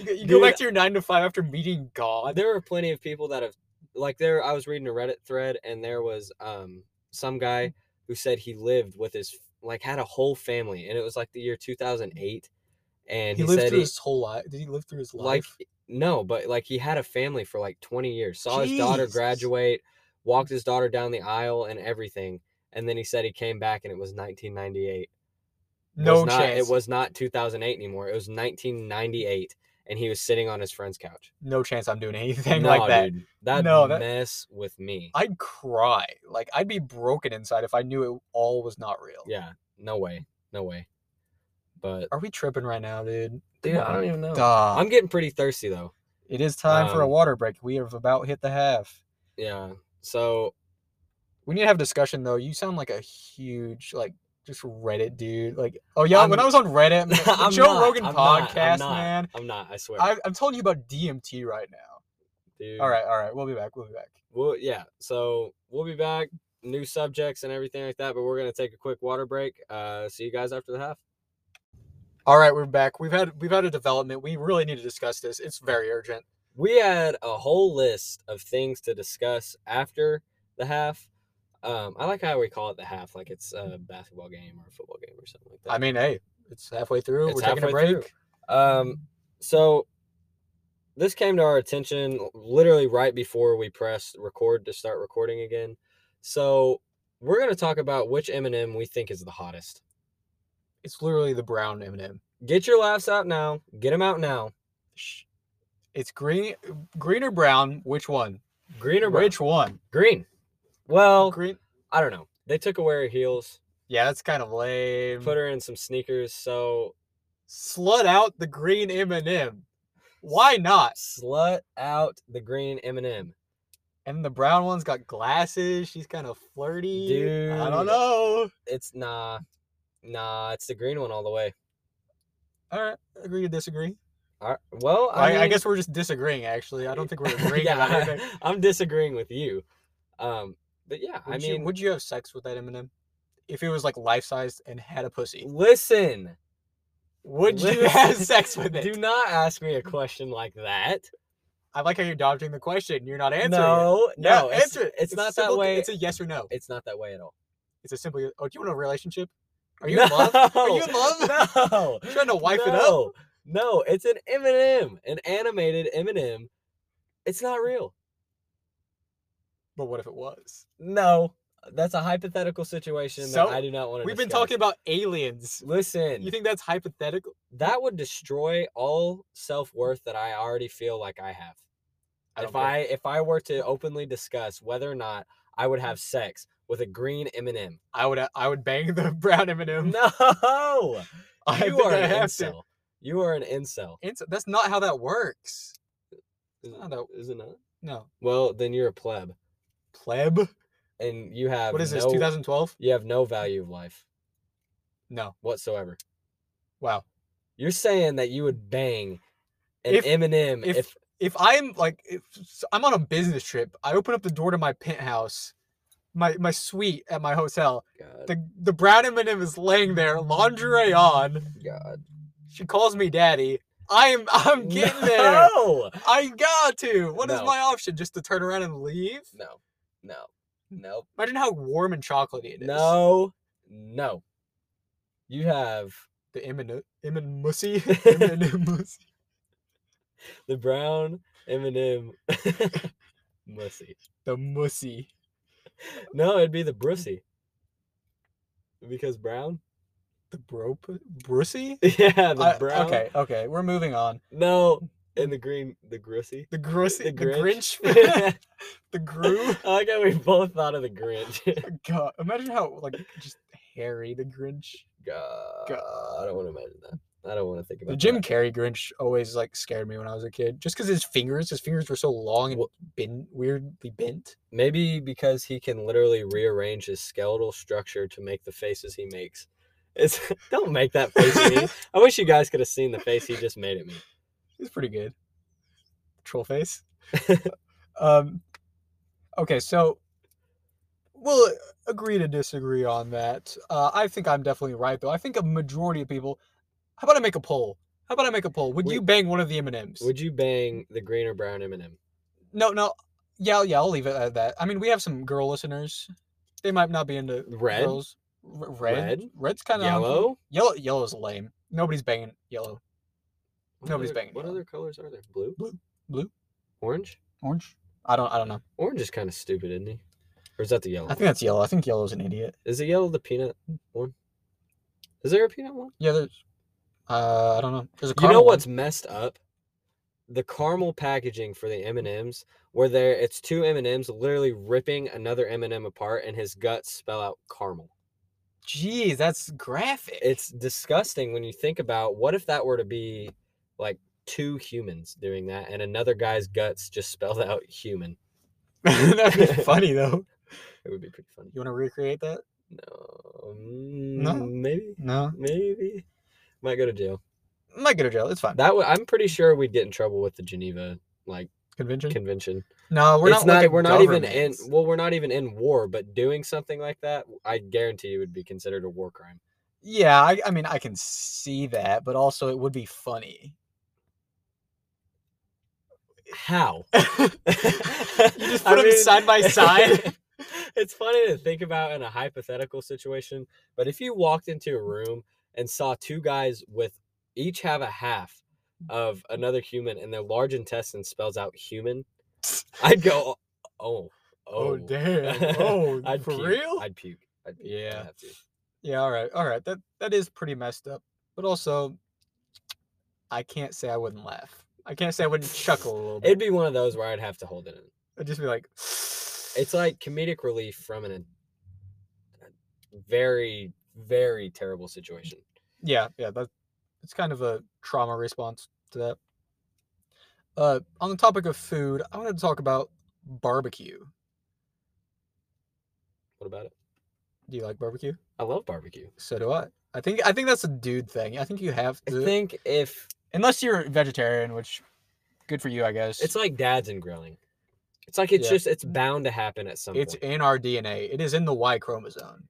[SPEAKER 1] You, go- you go back
[SPEAKER 2] Dude,
[SPEAKER 1] to your nine to five after meeting God.
[SPEAKER 2] Uh, there are plenty of people that have like there i was reading a reddit thread and there was um some guy who said he lived with his like had a whole family and it was like the year 2008 and
[SPEAKER 1] He
[SPEAKER 2] he,
[SPEAKER 1] lived
[SPEAKER 2] said
[SPEAKER 1] through
[SPEAKER 2] he,
[SPEAKER 1] his whole life. Did he live through his
[SPEAKER 2] like
[SPEAKER 1] life?
[SPEAKER 2] no but like he had a family for like 20 years saw his daughter
[SPEAKER 1] Jesus.
[SPEAKER 2] graduate walked his daughter down the aisle and everything and then he said he came back and it was 1998 It
[SPEAKER 1] no
[SPEAKER 2] was not-
[SPEAKER 1] chance.
[SPEAKER 2] it was not 2008 anymore it was 1998 and he was sitting on his friend's couch
[SPEAKER 1] no chance. I'm doing anything like
[SPEAKER 2] Nah,
[SPEAKER 1] that.
[SPEAKER 2] dude, that'd
[SPEAKER 1] No, that-
[SPEAKER 2] mess with me.
[SPEAKER 1] I'd cry. Like I'd be broken inside if I knew it all was not real.
[SPEAKER 2] yeah, no way, no way. But
[SPEAKER 1] Are we tripping right now, dude?
[SPEAKER 2] dude, I don't even know.
[SPEAKER 1] Duh.
[SPEAKER 2] I'm getting pretty thirsty though.
[SPEAKER 1] It is time for a
[SPEAKER 2] Um,
[SPEAKER 1] water break. We have about hit the half.
[SPEAKER 2] Yeah. So
[SPEAKER 1] We need to have a discussion though. You sound like a huge like just Reddit dude. Like, oh yeah, when
[SPEAKER 2] I'm-
[SPEAKER 1] I was on Reddit, man, the
[SPEAKER 2] I'm
[SPEAKER 1] Joe
[SPEAKER 2] not,
[SPEAKER 1] Rogan
[SPEAKER 2] I'm not, I'm
[SPEAKER 1] podcast,
[SPEAKER 2] not,
[SPEAKER 1] man.
[SPEAKER 2] I'm not. I swear.
[SPEAKER 1] I, I'm telling you about DMT right now.
[SPEAKER 2] dude.
[SPEAKER 1] All right, all right, we'll be back. We'll be back.
[SPEAKER 2] Well, yeah. So we'll be back. New subjects and everything like that. But we're gonna take a quick water break. Uh, see you guys after the half.
[SPEAKER 1] All right, we're back. We've had we've had a development. We really need to discuss this. It's very urgent.
[SPEAKER 2] we had a whole list of things to discuss after the half. Um, I like how we call it the half, like it's a basketball game or a football game or something like that.
[SPEAKER 1] I mean, hey, it's halfway through.
[SPEAKER 2] It's
[SPEAKER 1] We're taking a
[SPEAKER 2] halfway
[SPEAKER 1] break.
[SPEAKER 2] through. um, so this came to our attention l- literally right before we pressed record to start recording again. So we're gonna talk about which Eminem we think is the hottest.
[SPEAKER 1] It's literally the brown M&M.
[SPEAKER 2] Get your laughs out now. Get them out now.
[SPEAKER 1] Sh- It's green, green or brown. Which one?
[SPEAKER 2] Green or brown?
[SPEAKER 1] Which one?
[SPEAKER 2] Green. Well,
[SPEAKER 1] Green.
[SPEAKER 2] I don't know. They took away her heels.
[SPEAKER 1] Yeah, that's kind of lame.
[SPEAKER 2] put her in some sneakers. So
[SPEAKER 1] Slut out the green M&M. Why not?
[SPEAKER 2] slut out the green Eminem.
[SPEAKER 1] And the brown one's got glasses. She's kind of flirty. I
[SPEAKER 2] Dude.
[SPEAKER 1] don't know.
[SPEAKER 2] It's nah, nah. It's the green one all the way.
[SPEAKER 1] All right, agree to disagree.
[SPEAKER 2] All right. Well,
[SPEAKER 1] I,
[SPEAKER 2] I,
[SPEAKER 1] I
[SPEAKER 2] mean-
[SPEAKER 1] guess we're just disagreeing. Actually, I don't think we're agreeing
[SPEAKER 2] yeah,
[SPEAKER 1] about anything.
[SPEAKER 2] I'm disagreeing with you. Um, but yeah,
[SPEAKER 1] Would
[SPEAKER 2] I
[SPEAKER 1] you,
[SPEAKER 2] mean,
[SPEAKER 1] would you have sex with that Eminem if it was like life sized and had a pussy?
[SPEAKER 2] listen.
[SPEAKER 1] Would you have
[SPEAKER 2] listen,
[SPEAKER 1] sex with it?
[SPEAKER 2] Do not ask me a question like that.
[SPEAKER 1] I like how you're dodging the question. You're not answering. it.
[SPEAKER 2] no,
[SPEAKER 1] Yeah,
[SPEAKER 2] no, it's,
[SPEAKER 1] answer it.
[SPEAKER 2] it's not that
[SPEAKER 1] simple-
[SPEAKER 2] way.
[SPEAKER 1] It's a yes or no.
[SPEAKER 2] it's not that way at all.
[SPEAKER 1] It's a simple. yes- Oh, do you want a relationship? Are you
[SPEAKER 2] no,
[SPEAKER 1] in love? Are you in love?
[SPEAKER 2] No.
[SPEAKER 1] You trying to wipe it up?
[SPEAKER 2] no. No, it's an M&M, an animated M&M. It's not real.
[SPEAKER 1] But what if it was?
[SPEAKER 2] No, that's a hypothetical situation
[SPEAKER 1] So,
[SPEAKER 2] that I do not want to.
[SPEAKER 1] We've been talking about aliens.
[SPEAKER 2] Listen,
[SPEAKER 1] You think that's hypothetical?
[SPEAKER 2] that would destroy all self worth that I already feel like I have.
[SPEAKER 1] don't
[SPEAKER 2] if
[SPEAKER 1] care.
[SPEAKER 2] I if I were to openly discuss whether or not I would have sex with a green M&M,
[SPEAKER 1] I would, I would bang the brown Eminem.
[SPEAKER 2] no,
[SPEAKER 1] I
[SPEAKER 2] you
[SPEAKER 1] think
[SPEAKER 2] are
[SPEAKER 1] I
[SPEAKER 2] an
[SPEAKER 1] have
[SPEAKER 2] incel. You are an incel.
[SPEAKER 1] to. Ince- That's not how that works.
[SPEAKER 2] Is
[SPEAKER 1] not that-
[SPEAKER 2] it, is it not?
[SPEAKER 1] No,
[SPEAKER 2] Well, then you're a pleb,
[SPEAKER 1] pleb.
[SPEAKER 2] and you have
[SPEAKER 1] What is this?
[SPEAKER 2] no-
[SPEAKER 1] 2012?
[SPEAKER 2] You have no value of life
[SPEAKER 1] No.
[SPEAKER 2] whatsoever.
[SPEAKER 1] Wow.
[SPEAKER 2] You're saying that you would bang an
[SPEAKER 1] If-
[SPEAKER 2] Eminem
[SPEAKER 1] if-
[SPEAKER 2] Mm, if,
[SPEAKER 1] if I'm like if s- I'm on a business trip, I open up the door to my penthouse, my my suite at my hotel.
[SPEAKER 2] God,
[SPEAKER 1] The the brown M&M is laying there, lingerie on.
[SPEAKER 2] God.
[SPEAKER 1] She calls me daddy. I'm I'm getting there.
[SPEAKER 2] no!
[SPEAKER 1] I got to. What is
[SPEAKER 2] No.
[SPEAKER 1] my option? Just to turn around and leave?
[SPEAKER 2] No, no, no,
[SPEAKER 1] Imagine how warm and chocolatey it is.
[SPEAKER 2] no, no. You have
[SPEAKER 1] The M&M M&M mussy. M&M mussy.
[SPEAKER 2] the brown Eminem mussy.
[SPEAKER 1] The mussy.
[SPEAKER 2] No, it'd be the brussy. Because brown?
[SPEAKER 1] The bro brussy?
[SPEAKER 2] Yeah, the
[SPEAKER 1] I-
[SPEAKER 2] brown.
[SPEAKER 1] okay, okay. We're moving on.
[SPEAKER 2] No, and the green, the grussy.
[SPEAKER 1] The grussy, the,
[SPEAKER 2] Grinch.
[SPEAKER 1] Grinch, the Gru.
[SPEAKER 2] I like how we both thought of the Grinch.
[SPEAKER 1] God, imagine how like just hairy the Grinch.
[SPEAKER 2] God, I don't want to imagine that. I don't want to think about
[SPEAKER 1] The Jim
[SPEAKER 2] that.
[SPEAKER 1] Carrey Grinch always like scared me when I was a kid, just because his fingers, his fingers were so long and
[SPEAKER 2] Well-
[SPEAKER 1] bent, weirdly bent.
[SPEAKER 2] Maybe because he can literally rearrange his skeletal structure to make the faces he makes. It's don't make that face at me. I wish you guys could have seen the face he just made at me.
[SPEAKER 1] It's pretty good. Troll face. um, okay, so we'll agree to disagree on that. Uh, I think I'm definitely right though. I think a majority of people. How about I make a poll? How about I make a poll? Would
[SPEAKER 2] We-
[SPEAKER 1] you bang one of the M and M's?
[SPEAKER 2] Would you bang the green or brown M&M?
[SPEAKER 1] No, no. Yeah, yeah, I'll leave it at that. I mean, we have some girl listeners. They might not be into
[SPEAKER 2] Red?
[SPEAKER 1] girls. R- red?
[SPEAKER 2] Red?
[SPEAKER 1] Red's kind of
[SPEAKER 2] Yellow?
[SPEAKER 1] Yellow. Yellow's lame. Nobody's banging yellow.
[SPEAKER 2] What
[SPEAKER 1] Nobody's
[SPEAKER 2] other-
[SPEAKER 1] banging
[SPEAKER 2] What
[SPEAKER 1] yellow.
[SPEAKER 2] other colors are there? Blue?
[SPEAKER 1] Blue. Blue.
[SPEAKER 2] Orange?
[SPEAKER 1] Orange. I don't. I don't know.
[SPEAKER 2] Orange is kind of stupid, isn't he? Or is that the
[SPEAKER 1] I
[SPEAKER 2] yellow?
[SPEAKER 1] think that's yellow. I think yellow's an idiot.
[SPEAKER 2] Is the yellow the peanut one? Is there a peanut one?
[SPEAKER 1] Yeah, there's. Uh, I don't know. There's a.
[SPEAKER 2] You know
[SPEAKER 1] caramel one.
[SPEAKER 2] what's messed up? The caramel packaging for the M and M's, where there it's two M and M's literally ripping another M and m apart, and his guts spell out caramel.
[SPEAKER 1] Jeez, that's graphic.
[SPEAKER 2] It's disgusting when you think about what if that were to be like two humans doing that, and another guy's guts just spelled out human.
[SPEAKER 1] that'd be funny though.
[SPEAKER 2] It would be pretty funny.
[SPEAKER 1] You want to recreate that?
[SPEAKER 2] No, no. Um, maybe,
[SPEAKER 1] No.
[SPEAKER 2] maybe might go to jail.
[SPEAKER 1] Might go to jail. It's fine.
[SPEAKER 2] That i I'm pretty sure we'd get in trouble with the Geneva like
[SPEAKER 1] Convention?
[SPEAKER 2] convention.
[SPEAKER 1] no, Hmm. we're
[SPEAKER 2] it's
[SPEAKER 1] not. like a
[SPEAKER 2] we're not even in.
[SPEAKER 1] government.
[SPEAKER 2] Well, we're not even in war, but doing something like that, I guarantee it would be considered a war crime.
[SPEAKER 1] Yeah, I, I mean, I can see that, but also it would be funny.
[SPEAKER 2] How?
[SPEAKER 1] you just put them side by side.
[SPEAKER 2] it's funny to think about in a hypothetical situation, but if you walked into a room and saw two guys with each have a half of another human and their large intestine spells out human, I'd go, oh, oh,
[SPEAKER 1] Oh, damn! Oh,
[SPEAKER 2] I'd
[SPEAKER 1] for
[SPEAKER 2] puke.
[SPEAKER 1] real?
[SPEAKER 2] I'd puke. I'd puke. I'd
[SPEAKER 1] Yeah.
[SPEAKER 2] have to.
[SPEAKER 1] Yeah. All right. All right. That that is pretty messed up, but also, I can't say I wouldn't laugh. I can't say I wouldn't chuckle a little bit.
[SPEAKER 2] It'd be one of those where I'd have to hold it in.
[SPEAKER 1] I'd just be like,
[SPEAKER 2] It's like comedic relief from an, a very, very terrible situation.
[SPEAKER 1] Yeah, yeah, that it's kind of a trauma response to that. Uh, on the topic of food, I wanted to talk about barbecue.
[SPEAKER 2] What about it?
[SPEAKER 1] Do you like barbecue?
[SPEAKER 2] I love barbecue.
[SPEAKER 1] So do I. I think I think that's a dude thing. I think you have
[SPEAKER 2] I
[SPEAKER 1] to,
[SPEAKER 2] think if
[SPEAKER 1] unless you're vegetarian, which good for you, I guess.
[SPEAKER 2] it's like dads and grilling, it's like it's
[SPEAKER 1] Yeah.
[SPEAKER 2] just it's bound to happen at some
[SPEAKER 1] it's
[SPEAKER 2] point.
[SPEAKER 1] in our DNA. It is in the Y chromosome.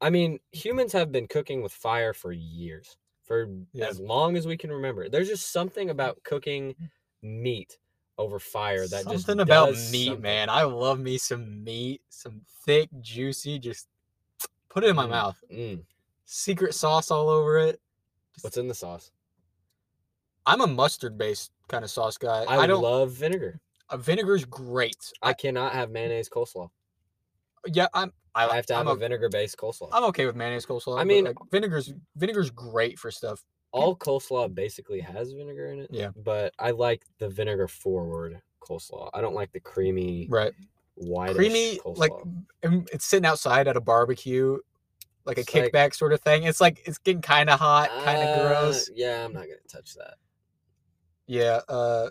[SPEAKER 2] I mean, humans have been cooking with fire for years, for
[SPEAKER 1] Yeah. Mm.
[SPEAKER 2] as long as we can remember. There's just something about cooking meat over fire that just
[SPEAKER 1] something about
[SPEAKER 2] does
[SPEAKER 1] meat,
[SPEAKER 2] something.
[SPEAKER 1] man. I love me some meat, some thick, juicy. Just put it in my
[SPEAKER 2] Mm.
[SPEAKER 1] mouth.
[SPEAKER 2] Mm,
[SPEAKER 1] Secret sauce all over it.
[SPEAKER 2] what's in the sauce?
[SPEAKER 1] I'm a mustard based kind of sauce guy.
[SPEAKER 2] I,
[SPEAKER 1] I, don't.
[SPEAKER 2] love vinegar.
[SPEAKER 1] uh, vinegar's great.
[SPEAKER 2] I cannot have mayonnaise coleslaw.
[SPEAKER 1] yeah, I'm. I,
[SPEAKER 2] I have to have
[SPEAKER 1] I'm
[SPEAKER 2] a,
[SPEAKER 1] a-
[SPEAKER 2] vinegar based coleslaw.
[SPEAKER 1] I'm okay with mayonnaise coleslaw.
[SPEAKER 2] I
[SPEAKER 1] but,
[SPEAKER 2] mean-
[SPEAKER 1] like, vinegar's vinegar's great for stuff.
[SPEAKER 2] All coleslaw basically has vinegar in it.
[SPEAKER 1] Yeah.
[SPEAKER 2] But I like the vinegar forward coleslaw. I don't like the creamy,
[SPEAKER 1] Right,
[SPEAKER 2] white
[SPEAKER 1] creamy.
[SPEAKER 2] coleslaw.
[SPEAKER 1] Like and it's sitting outside at a barbecue, like a
[SPEAKER 2] It's like-
[SPEAKER 1] kickback sort of thing. It's like it's getting kind of hot, kind of
[SPEAKER 2] Uh,
[SPEAKER 1] gross.
[SPEAKER 2] Yeah, I'm not gonna touch that.
[SPEAKER 1] Yeah. Uh,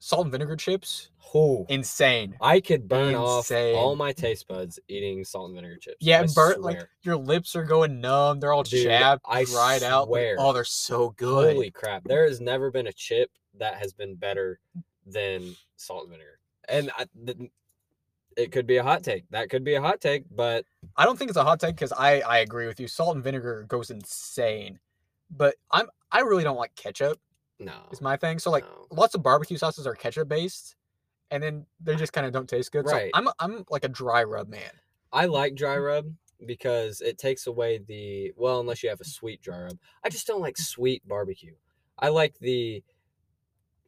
[SPEAKER 1] salt and vinegar chips,
[SPEAKER 2] Who?
[SPEAKER 1] insane.
[SPEAKER 2] I could burn off all
[SPEAKER 1] Insane.
[SPEAKER 2] my taste buds eating salt and vinegar chips.
[SPEAKER 1] Yeah,
[SPEAKER 2] I
[SPEAKER 1] it burnt like
[SPEAKER 2] swear.
[SPEAKER 1] your lips are going numb. They're all
[SPEAKER 2] Dude,
[SPEAKER 1] chapped,
[SPEAKER 2] I
[SPEAKER 1] dried out. but-
[SPEAKER 2] swear.
[SPEAKER 1] Oh, they're so good.
[SPEAKER 2] holy crap! There has never been a chip that has been better than salt and vinegar. And I, th- it could be a hot take. That could be a hot take, but
[SPEAKER 1] I don't think it's a hot take because I I agree with you. Salt and vinegar goes insane, but I'm I really don't like ketchup.
[SPEAKER 2] no.
[SPEAKER 1] Is my thing. So like
[SPEAKER 2] no.
[SPEAKER 1] lots of barbecue sauces are ketchup based, and then they just kind of don't taste good.
[SPEAKER 2] Right.
[SPEAKER 1] So I'm a- I'm like a dry rub man.
[SPEAKER 2] I like
[SPEAKER 1] Mm.
[SPEAKER 2] dry rub because it takes away the well, unless you have a sweet dry rub. I just don't like sweet barbecue. I like the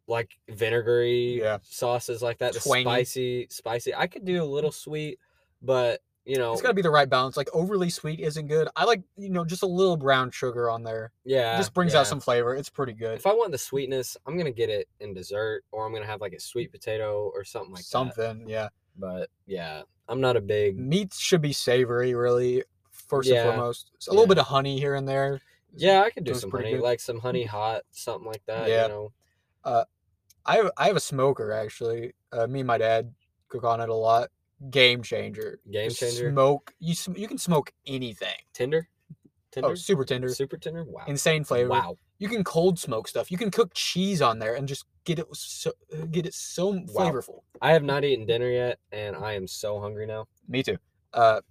[SPEAKER 2] like vinegary
[SPEAKER 1] Yeah.
[SPEAKER 2] sauces like that. The
[SPEAKER 1] Twangy. Mm.
[SPEAKER 2] spicy, spicy. I could do a little sweet, but you know,
[SPEAKER 1] It's got to be the right balance. Like overly sweet isn't good. I like you know just a little brown sugar on there.
[SPEAKER 2] yeah,
[SPEAKER 1] just brings
[SPEAKER 2] Ah, yeah.
[SPEAKER 1] out some flavor. It's pretty good.
[SPEAKER 2] If I want the sweetness, I'm gonna get it in dessert, or I'm gonna have like a sweet potato or something like that.
[SPEAKER 1] Something, Mm, yeah.
[SPEAKER 2] But yeah, I'm not a big
[SPEAKER 1] Meats should be savory, really. First
[SPEAKER 2] Yeah.
[SPEAKER 1] and foremost, So a little
[SPEAKER 2] Yeah.
[SPEAKER 1] bit of honey here and there. is
[SPEAKER 2] yeah. I could do
[SPEAKER 1] Sounds
[SPEAKER 2] some
[SPEAKER 1] pretty
[SPEAKER 2] honey,
[SPEAKER 1] good. Mm.
[SPEAKER 2] like some honey hot, something like that.
[SPEAKER 1] Yeah.
[SPEAKER 2] You know,
[SPEAKER 1] I have, I have a smoker actually. Uh, me and my dad cook on it a lot. Game changer.
[SPEAKER 2] Game
[SPEAKER 1] Just
[SPEAKER 2] changer?
[SPEAKER 1] Smoke. You sm- you can smoke anything.
[SPEAKER 2] Tinder, Tinder.
[SPEAKER 1] Oh, super tender.
[SPEAKER 2] Super tender. Wow.
[SPEAKER 1] Insane flavor.
[SPEAKER 2] Wow.
[SPEAKER 1] You can cold smoke stuff. You can cook cheese on there and just get it so uh, get it so flavorful.
[SPEAKER 2] I have not eaten dinner yet, and I am so hungry now.
[SPEAKER 1] Me too. Uh,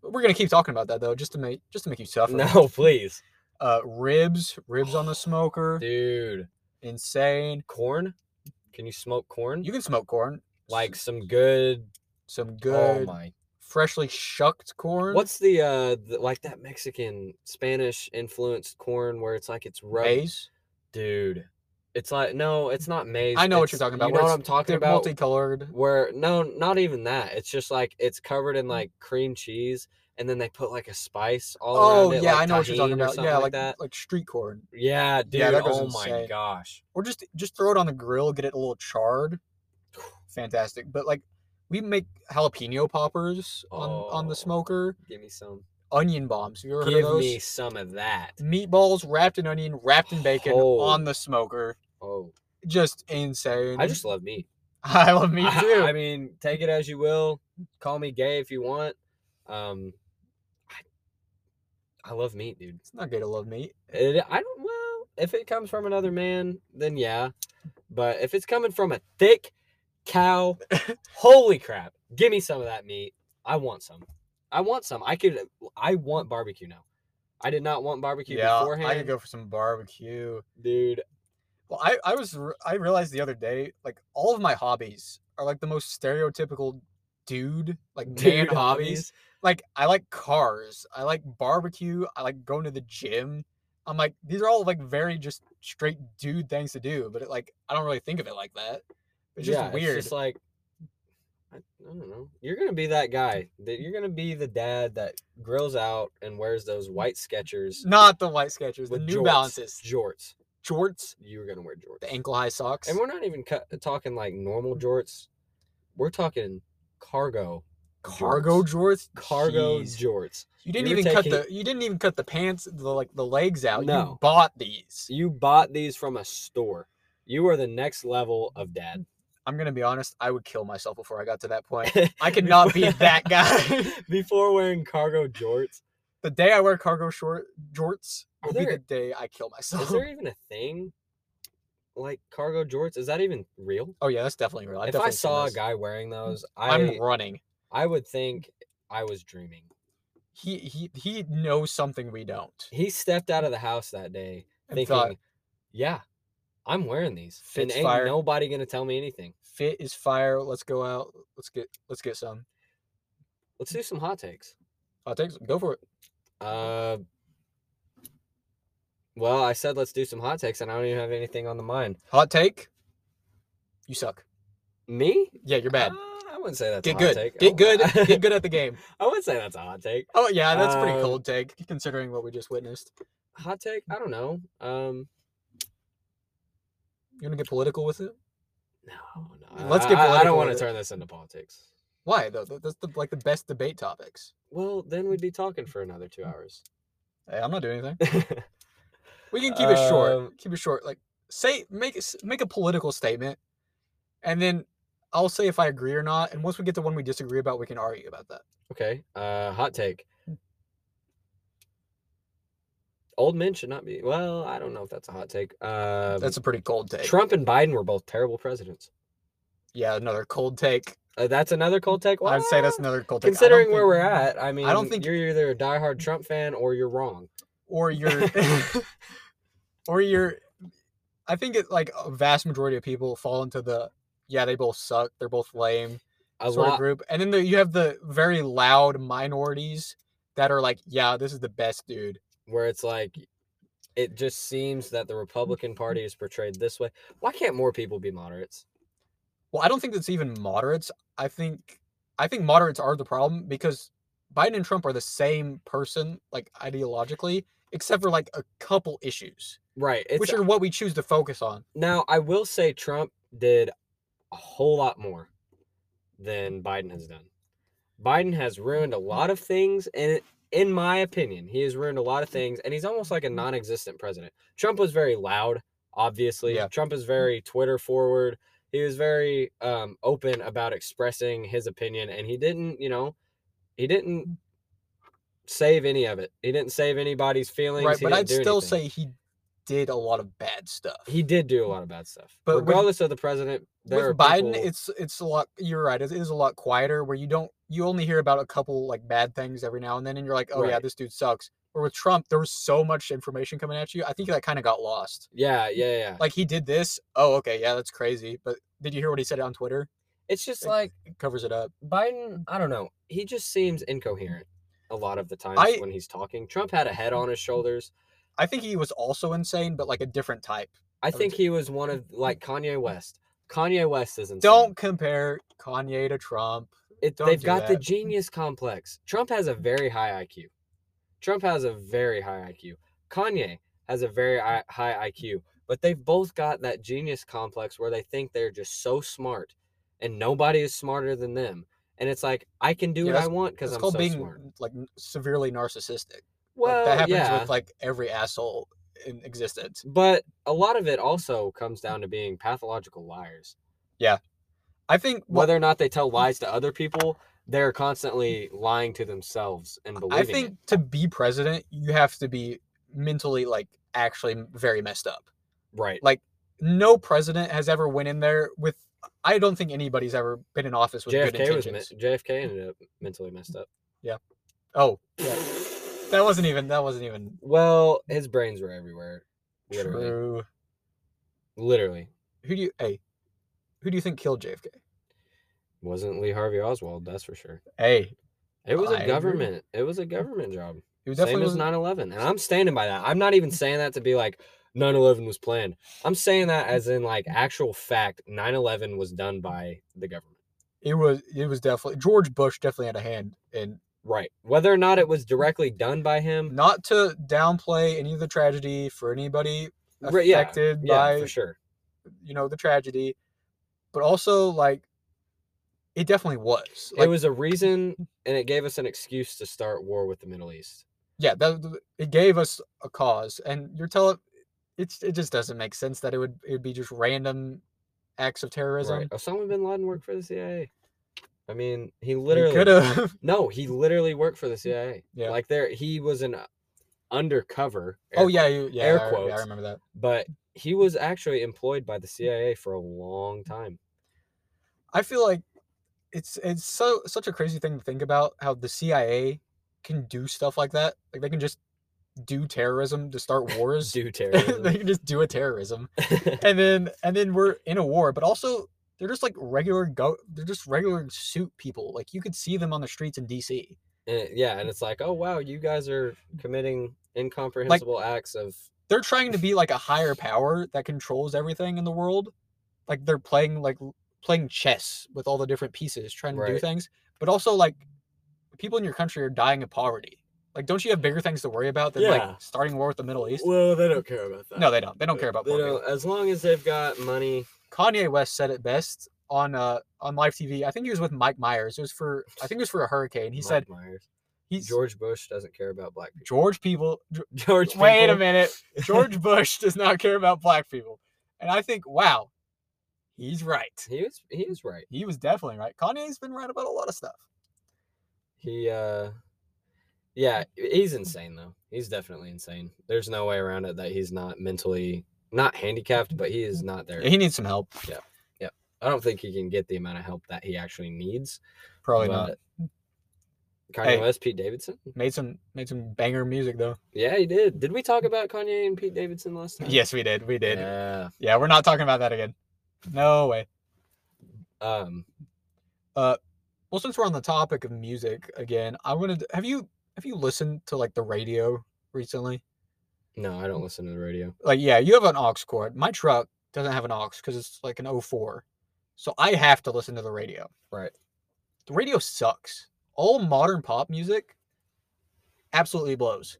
[SPEAKER 1] we're gonna keep talking about that though, just to make just to make you suffer.
[SPEAKER 2] No, please,
[SPEAKER 1] Uh, ribs, ribs on the smoker.
[SPEAKER 2] dude.
[SPEAKER 1] Insane.
[SPEAKER 2] Corn? Can you smoke corn?
[SPEAKER 1] You can smoke corn.
[SPEAKER 2] like some good.
[SPEAKER 1] some
[SPEAKER 2] Oh
[SPEAKER 1] good
[SPEAKER 2] my.
[SPEAKER 1] freshly shucked corn.
[SPEAKER 2] What's the uh the, like that Mexican Spanish influenced corn where it's like it's rubbed,
[SPEAKER 1] maize?
[SPEAKER 2] dude? It's like no, it's not maize.
[SPEAKER 1] I know what
[SPEAKER 2] it's-
[SPEAKER 1] you're talking about,
[SPEAKER 2] You
[SPEAKER 1] where
[SPEAKER 2] know what
[SPEAKER 1] it's-
[SPEAKER 2] I'm talking
[SPEAKER 1] They're
[SPEAKER 2] about?
[SPEAKER 1] multicolored.
[SPEAKER 2] where no, not even that. It's just like it's covered
[SPEAKER 1] Mm.
[SPEAKER 2] in like cream cheese, and then they put like a spice all
[SPEAKER 1] Oh
[SPEAKER 2] around it.
[SPEAKER 1] yeah,
[SPEAKER 2] like
[SPEAKER 1] I know what you're
[SPEAKER 2] tahini
[SPEAKER 1] talking
[SPEAKER 2] or
[SPEAKER 1] about.
[SPEAKER 2] something
[SPEAKER 1] Yeah, like
[SPEAKER 2] that.
[SPEAKER 1] like street corn,
[SPEAKER 2] Yeah, dude.
[SPEAKER 1] Yeah, that goes
[SPEAKER 2] oh my
[SPEAKER 1] insane.
[SPEAKER 2] gosh.
[SPEAKER 1] or just just throw it on the grill, get it a little charred. Fantastic. But like, we make jalapeno poppers on on
[SPEAKER 2] Oh.
[SPEAKER 1] the smoker.
[SPEAKER 2] Give me some.
[SPEAKER 1] Onion bombs. You ever heard
[SPEAKER 2] Give
[SPEAKER 1] of those?
[SPEAKER 2] me some of that.
[SPEAKER 1] Meatballs wrapped in onion, wrapped in bacon
[SPEAKER 2] Oh.
[SPEAKER 1] on the smoker.
[SPEAKER 2] Oh,
[SPEAKER 1] Just insane.
[SPEAKER 2] I just love meat.
[SPEAKER 1] I love meat
[SPEAKER 2] I-
[SPEAKER 1] too.
[SPEAKER 2] I, mean, take it as you will. Call me gay if you want. Um, I, I love meat, dude.
[SPEAKER 1] It's not gay to love meat.
[SPEAKER 2] It, I don't. Well, if it comes from another man, then yeah. But if it's coming from a thick cow, holy crap! Give me some of that meat. I want some. I want some. I could. I want barbecue now. I did not want barbecue
[SPEAKER 1] yeah,
[SPEAKER 2] beforehand,
[SPEAKER 1] I could go for some barbecue.
[SPEAKER 2] dude.
[SPEAKER 1] Well, I I was re- I realized the other day like all of my hobbies are like the most stereotypical dude like man
[SPEAKER 2] Dude,
[SPEAKER 1] hobbies. Like I like cars, I like barbecue, I like going to the gym. I'm like these are all like very just straight dude things to do, but it, like I don't really think of it like that. It's just
[SPEAKER 2] Yeah,
[SPEAKER 1] weird.
[SPEAKER 2] It's just like I, I don't know. You're gonna be that guy. That you're gonna be the dad that grills out and wears those white Skechers,
[SPEAKER 1] Not the white sketchers, the
[SPEAKER 2] With
[SPEAKER 1] New
[SPEAKER 2] jorts.
[SPEAKER 1] Balances,
[SPEAKER 2] jorts.
[SPEAKER 1] jorts,
[SPEAKER 2] You're gonna wear jorts.
[SPEAKER 1] the Mm. ankle high socks.
[SPEAKER 2] And we're not even cu- talking like normal jorts. We're talking cargo,
[SPEAKER 1] cargo jorts,
[SPEAKER 2] cargo
[SPEAKER 1] Jeez.
[SPEAKER 2] jorts.
[SPEAKER 1] You didn't
[SPEAKER 2] You're
[SPEAKER 1] even cut
[SPEAKER 2] taking-
[SPEAKER 1] the you didn't even cut the pants the like the legs out. You
[SPEAKER 2] No.
[SPEAKER 1] bought these.
[SPEAKER 2] You bought these from a store. You are the next level of dad.
[SPEAKER 1] I'm gonna be honest, I would kill myself before I got to that point. I could not be that guy.
[SPEAKER 2] Before wearing cargo jorts,
[SPEAKER 1] The day I wear cargo short jorts
[SPEAKER 2] Are
[SPEAKER 1] will be
[SPEAKER 2] there-
[SPEAKER 1] the day I kill myself.
[SPEAKER 2] is there even a thing like cargo jorts? Is that even real?
[SPEAKER 1] Oh yeah, that's definitely real. I've
[SPEAKER 2] if I
[SPEAKER 1] definitely seen
[SPEAKER 2] saw a
[SPEAKER 1] those.
[SPEAKER 2] guy wearing those, I
[SPEAKER 1] I'm running.
[SPEAKER 2] I would think I was dreaming.
[SPEAKER 1] He he he knows something we don't.
[SPEAKER 2] He stepped out of the house that day
[SPEAKER 1] And
[SPEAKER 2] thinking,
[SPEAKER 1] thought
[SPEAKER 2] "Yeah, I'm wearing these,
[SPEAKER 1] Fits
[SPEAKER 2] and ain't
[SPEAKER 1] fire."
[SPEAKER 2] nobody gonna tell me anything."
[SPEAKER 1] fit is fire. Let's go out. Let's get let's get some. Mm.
[SPEAKER 2] Let's do some hot takes.
[SPEAKER 1] I'll take some. Go for it.
[SPEAKER 2] Uh,
[SPEAKER 1] Mm.
[SPEAKER 2] well, I said let's do some hot takes, and I don't even have anything on the mind.
[SPEAKER 1] Hot take. You suck.
[SPEAKER 2] Me?
[SPEAKER 1] Yeah, you're bad.
[SPEAKER 2] Uh, I wouldn't say that's
[SPEAKER 1] get
[SPEAKER 2] a hot
[SPEAKER 1] good.
[SPEAKER 2] take. Oh, I
[SPEAKER 1] Get good.
[SPEAKER 2] wouldn't-
[SPEAKER 1] get good at the game.
[SPEAKER 2] I wouldn't say that's a hot take.
[SPEAKER 1] Oh yeah, that's a pretty
[SPEAKER 2] Um,
[SPEAKER 1] cold take considering what we just witnessed.
[SPEAKER 2] Hot take? I don't know. Um,
[SPEAKER 1] You gonna get political with it?
[SPEAKER 2] no, no.
[SPEAKER 1] Let's
[SPEAKER 2] I-
[SPEAKER 1] get
[SPEAKER 2] I, I
[SPEAKER 1] political
[SPEAKER 2] don't want
[SPEAKER 1] with
[SPEAKER 2] to
[SPEAKER 1] it.
[SPEAKER 2] turn this into politics.
[SPEAKER 1] Why though? Th- That's the like the best debate topics.
[SPEAKER 2] Well, then we'd be talking for another two hours.
[SPEAKER 1] Hey, I'm not doing anything. We can keep it
[SPEAKER 2] Um,
[SPEAKER 1] short. Keep it short. Like say make a s- make a political statement, and then I'll say if I agree or not. And once we get to one we disagree about, we can argue about that.
[SPEAKER 2] okay. Uh, hot take. Old men should not be. Well, I don't know if that's a hot take. Um,
[SPEAKER 1] That's a pretty cold take.
[SPEAKER 2] Trump and Biden were both terrible presidents.
[SPEAKER 1] Yeah, another cold take.
[SPEAKER 2] Uh, that's another cold take.
[SPEAKER 1] I'd say that's
[SPEAKER 2] Well,
[SPEAKER 1] another cold take. I don't
[SPEAKER 2] considering where
[SPEAKER 1] think-
[SPEAKER 2] we're at. I mean, I don't
[SPEAKER 1] don't
[SPEAKER 2] think
[SPEAKER 1] think-
[SPEAKER 2] you're either a diehard Trump fan or you're wrong.
[SPEAKER 1] or you're or you're i think it like a vast majority of people fall into the yeah they both suck they're both lame
[SPEAKER 2] A
[SPEAKER 1] sort
[SPEAKER 2] lot.
[SPEAKER 1] of group and then the, you have the very loud minorities that are like yeah this is the best dude
[SPEAKER 2] where it's like it just seems that the Republican Party is portrayed this way. Why can't more people be moderates?
[SPEAKER 1] well i don't think that's even moderates i think i think moderates are the problem because biden and trump are the same person like ideologically except for like a couple issues
[SPEAKER 2] Right. It's
[SPEAKER 1] which are what we choose to focus on
[SPEAKER 2] now I will say Trump did a whole lot more than Biden has done. Biden has ruined
[SPEAKER 1] Mm-hmm.
[SPEAKER 2] a lot of things and it- in my opinion, he has ruined a lot
[SPEAKER 1] Mm-hmm.
[SPEAKER 2] of things and he's almost like a non-existent president. Trump was very loud, obviously.
[SPEAKER 1] Yeah. Mm-hmm.
[SPEAKER 2] Trump is very Twitter forward. He was very um, open about expressing his opinion and he didn't, you know, he
[SPEAKER 1] Mm.
[SPEAKER 2] didn't save any of it. He didn't save anybody's feelings.
[SPEAKER 1] right
[SPEAKER 2] He
[SPEAKER 1] but
[SPEAKER 2] didn't
[SPEAKER 1] i'd
[SPEAKER 2] do
[SPEAKER 1] still say
[SPEAKER 2] anything
[SPEAKER 1] he did a lot of bad stuff
[SPEAKER 2] he did do a lot of bad stuff.
[SPEAKER 1] But
[SPEAKER 2] But
[SPEAKER 1] with-
[SPEAKER 2] regardless of the president, there
[SPEAKER 1] with
[SPEAKER 2] are
[SPEAKER 1] Biden,
[SPEAKER 2] people-
[SPEAKER 1] it's it's a lot. You're right. It is a lot quieter. Where you don't, you only hear about a couple like bad things every now and then, and you're like, oh yeah,
[SPEAKER 2] Right.
[SPEAKER 1] this dude sucks. Or with Trump, there was so much information coming at you. I think that kind of got lost.
[SPEAKER 2] yeah, yeah, yeah.
[SPEAKER 1] Like he did this. Oh, okay, yeah, that's crazy. But did you hear what he said on Twitter?
[SPEAKER 2] It's just
[SPEAKER 1] it-
[SPEAKER 2] like
[SPEAKER 1] It covers it up.
[SPEAKER 2] Biden. I don't know. He just seems incoherent a lot of the times
[SPEAKER 1] I-
[SPEAKER 2] when he's talking. Trump had a head on his shoulders.
[SPEAKER 1] I think he was also insane, but like a different type.
[SPEAKER 2] I
[SPEAKER 1] would
[SPEAKER 2] think
[SPEAKER 1] say-
[SPEAKER 2] he was one of like Kanye West. Kanye West is insane.
[SPEAKER 1] Don't compare Kanye to Trump.
[SPEAKER 2] It,
[SPEAKER 1] don't
[SPEAKER 2] they've
[SPEAKER 1] do
[SPEAKER 2] got the
[SPEAKER 1] that.
[SPEAKER 2] genius complex. Trump has a very high IQ. Trump has a very high IQ. Kanye has a very I- high IQ, but they've both got that genius complex where they think they're just so smart and nobody is smarter than them. And it's like, I can do
[SPEAKER 1] Yeah,
[SPEAKER 2] what I
[SPEAKER 1] that's-
[SPEAKER 2] want because
[SPEAKER 1] It's
[SPEAKER 2] I'm
[SPEAKER 1] called
[SPEAKER 2] so
[SPEAKER 1] being
[SPEAKER 2] smart.
[SPEAKER 1] like n- severely narcissistic.
[SPEAKER 2] Well,
[SPEAKER 1] like, that happens
[SPEAKER 2] yeah.
[SPEAKER 1] with like every asshole in existence.
[SPEAKER 2] but a lot of it also comes down to being pathological liars.
[SPEAKER 1] I think what
[SPEAKER 2] Whether or not they tell lies to other people, they're constantly lying to themselves and believing
[SPEAKER 1] I
[SPEAKER 2] it.
[SPEAKER 1] think to be president, you have to be mentally like actually very messed up.
[SPEAKER 2] right
[SPEAKER 1] like, No president has ever went in there with. I don't think anybody's ever been in office with good
[SPEAKER 2] JFK was
[SPEAKER 1] intentions.
[SPEAKER 2] men- JFK ended up mentally messed up.
[SPEAKER 1] oh, that wasn't even. That wasn't even
[SPEAKER 2] well, his brains were everywhere. Literally.
[SPEAKER 1] true.
[SPEAKER 2] Literally.
[SPEAKER 1] Who do you? Hey, who do you think killed JFK?
[SPEAKER 2] Wasn't Lee Harvey Oswald, that's for sure.
[SPEAKER 1] Hey,
[SPEAKER 2] It was
[SPEAKER 1] I
[SPEAKER 2] a
[SPEAKER 1] agree.
[SPEAKER 2] government. It was a government job.
[SPEAKER 1] who
[SPEAKER 2] Same
[SPEAKER 1] definitely
[SPEAKER 2] as
[SPEAKER 1] was not.
[SPEAKER 2] 9 11. And I'm standing by that. I'm not even saying that to be like 9 11 was planned. I'm saying that as in like actual fact 9 11 was done by the government.
[SPEAKER 1] It was. It was definitely George Bush. Definitely had a hand in
[SPEAKER 2] Right. Whether or not it was directly done by him,
[SPEAKER 1] not to downplay any of the tragedy for anybody
[SPEAKER 2] Right, yeah,
[SPEAKER 1] affected
[SPEAKER 2] yeah,
[SPEAKER 1] by
[SPEAKER 2] for sure.
[SPEAKER 1] you know the tragedy, but also like it definitely was. Like,
[SPEAKER 2] it was a reason and it gave us an excuse to start war with the Middle East.
[SPEAKER 1] yeah, that th- it gave us a cause, and you're telling it's it just doesn't make sense that it would it would be just random acts of terrorism.
[SPEAKER 2] Right. Osama bin Laden worked for the CIA. I mean, he
[SPEAKER 1] could
[SPEAKER 2] literally
[SPEAKER 1] have.
[SPEAKER 2] no, he literally worked for the CIA.
[SPEAKER 1] Yeah.
[SPEAKER 2] Like there, he was an uh, undercover.
[SPEAKER 1] oh
[SPEAKER 2] air-
[SPEAKER 1] yeah, you, yeah,
[SPEAKER 2] air
[SPEAKER 1] I- yeah, I
[SPEAKER 2] quotes.
[SPEAKER 1] remember that.
[SPEAKER 2] but he was actually employed by the CIA for a long time.
[SPEAKER 1] I feel like it's it's so such a crazy thing to think about how the CIA can do stuff like that. Like they can just do terrorism to start wars.
[SPEAKER 2] Do
[SPEAKER 1] they
[SPEAKER 2] terrorism.
[SPEAKER 1] can just do a terrorism, and then and then we're in a war. But also they're just like regular go. They're just regular suit people. Like you could see them on the streets in D.C.
[SPEAKER 2] And it- yeah, and it's like, oh wow, you guys are committing incomprehensible acts of
[SPEAKER 1] They're trying to be like a higher power that controls everything in the world. Like they're playing like l- playing chess with all the different pieces, trying to do
[SPEAKER 2] Right.
[SPEAKER 1] things. But also like people in your country are dying of poverty. Like, don't you have bigger things to worry about than
[SPEAKER 2] Yeah.
[SPEAKER 1] like starting a war with the Middle East?
[SPEAKER 2] Well, uh, they don't care about that.
[SPEAKER 1] No, they don't. They don't care about poverty.
[SPEAKER 2] as long as they've got money.
[SPEAKER 1] Kanye West said it best on uh on live TV. I think he was with Mike Myers. It was for I think it was for a hurricane. He
[SPEAKER 2] Mike
[SPEAKER 1] said
[SPEAKER 2] Myers.
[SPEAKER 1] he's George,
[SPEAKER 2] George Bush doesn't care about black people.
[SPEAKER 1] people. Ge-
[SPEAKER 2] George.
[SPEAKER 1] Wait a
[SPEAKER 2] people-
[SPEAKER 1] minute, George Bush does not care about black people, and I think wow, he's right.
[SPEAKER 2] He was. He was right.
[SPEAKER 1] He was definitely right. Kanye's been right about a lot of stuff.
[SPEAKER 2] He uh yeah, he's insane though. He's definitely insane. There's no way around it that he's not mentally not handicapped, but he is not there.
[SPEAKER 1] He needs some help.
[SPEAKER 2] I don't think he can get the amount of help that he actually needs.
[SPEAKER 1] Probably not.
[SPEAKER 2] Kanye
[SPEAKER 1] Hey.
[SPEAKER 2] West, Pete Davidson.
[SPEAKER 1] Made some made some banger music though.
[SPEAKER 2] Yeah, he did. Did we talk about Kanye and Pete Davidson last time?
[SPEAKER 1] Yes, we did. We did.
[SPEAKER 2] Yeah.
[SPEAKER 1] Yeah, we're not talking about that again. No way.
[SPEAKER 2] Um,
[SPEAKER 1] Well, since we're on the topic of music again, I wanted to, have you have you listened to like the radio recently?
[SPEAKER 2] no, I don't listen to the radio.
[SPEAKER 1] Like, yeah, you have an aux cord. My truck doesn't have an aux because it's like an 04. So I have to listen to the radio.
[SPEAKER 2] Right.
[SPEAKER 1] The radio sucks. All modern pop music absolutely blows.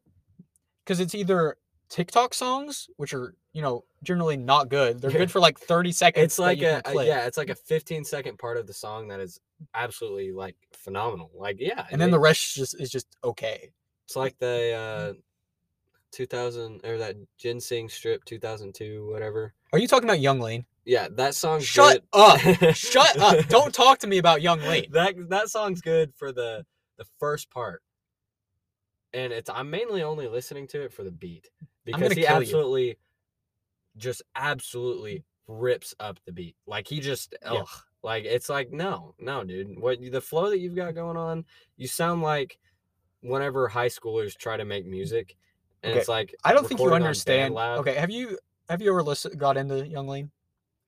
[SPEAKER 1] Cause it's either TikTok songs, which are, you know, generally not good. They're good for like 30 seconds.
[SPEAKER 2] It's
[SPEAKER 1] that
[SPEAKER 2] like
[SPEAKER 1] you can
[SPEAKER 2] a, a-
[SPEAKER 1] click.
[SPEAKER 2] yeah, it's like a 15 second part of the song that is absolutely like phenomenal. Like yeah,
[SPEAKER 1] And then
[SPEAKER 2] it-
[SPEAKER 1] the rest just is just okay.
[SPEAKER 2] It's like the uh, 2000 or that ginseng strip 2002 whatever.
[SPEAKER 1] Are you talking about Young Lean?
[SPEAKER 2] Yeah, that song's
[SPEAKER 1] Shut
[SPEAKER 2] good.
[SPEAKER 1] up. Shut up. Don't talk to me about Young Lean.
[SPEAKER 2] that that song's good for the the first part. And it's I'm mainly only listening to it for the beat because
[SPEAKER 1] gonna
[SPEAKER 2] he
[SPEAKER 1] kill you.
[SPEAKER 2] absolutely just absolutely rips up the beat. Like he just
[SPEAKER 1] Yeah.
[SPEAKER 2] ugh. Like it's like no, no, dude. What the flow that you've got going on, you sound like whenever high schoolers try to make music and
[SPEAKER 1] Okay,
[SPEAKER 2] it's like
[SPEAKER 1] I don't think you
[SPEAKER 2] recording on
[SPEAKER 1] understand.
[SPEAKER 2] BandLab.
[SPEAKER 1] Okay, have you have you ever listened got into Young Lean?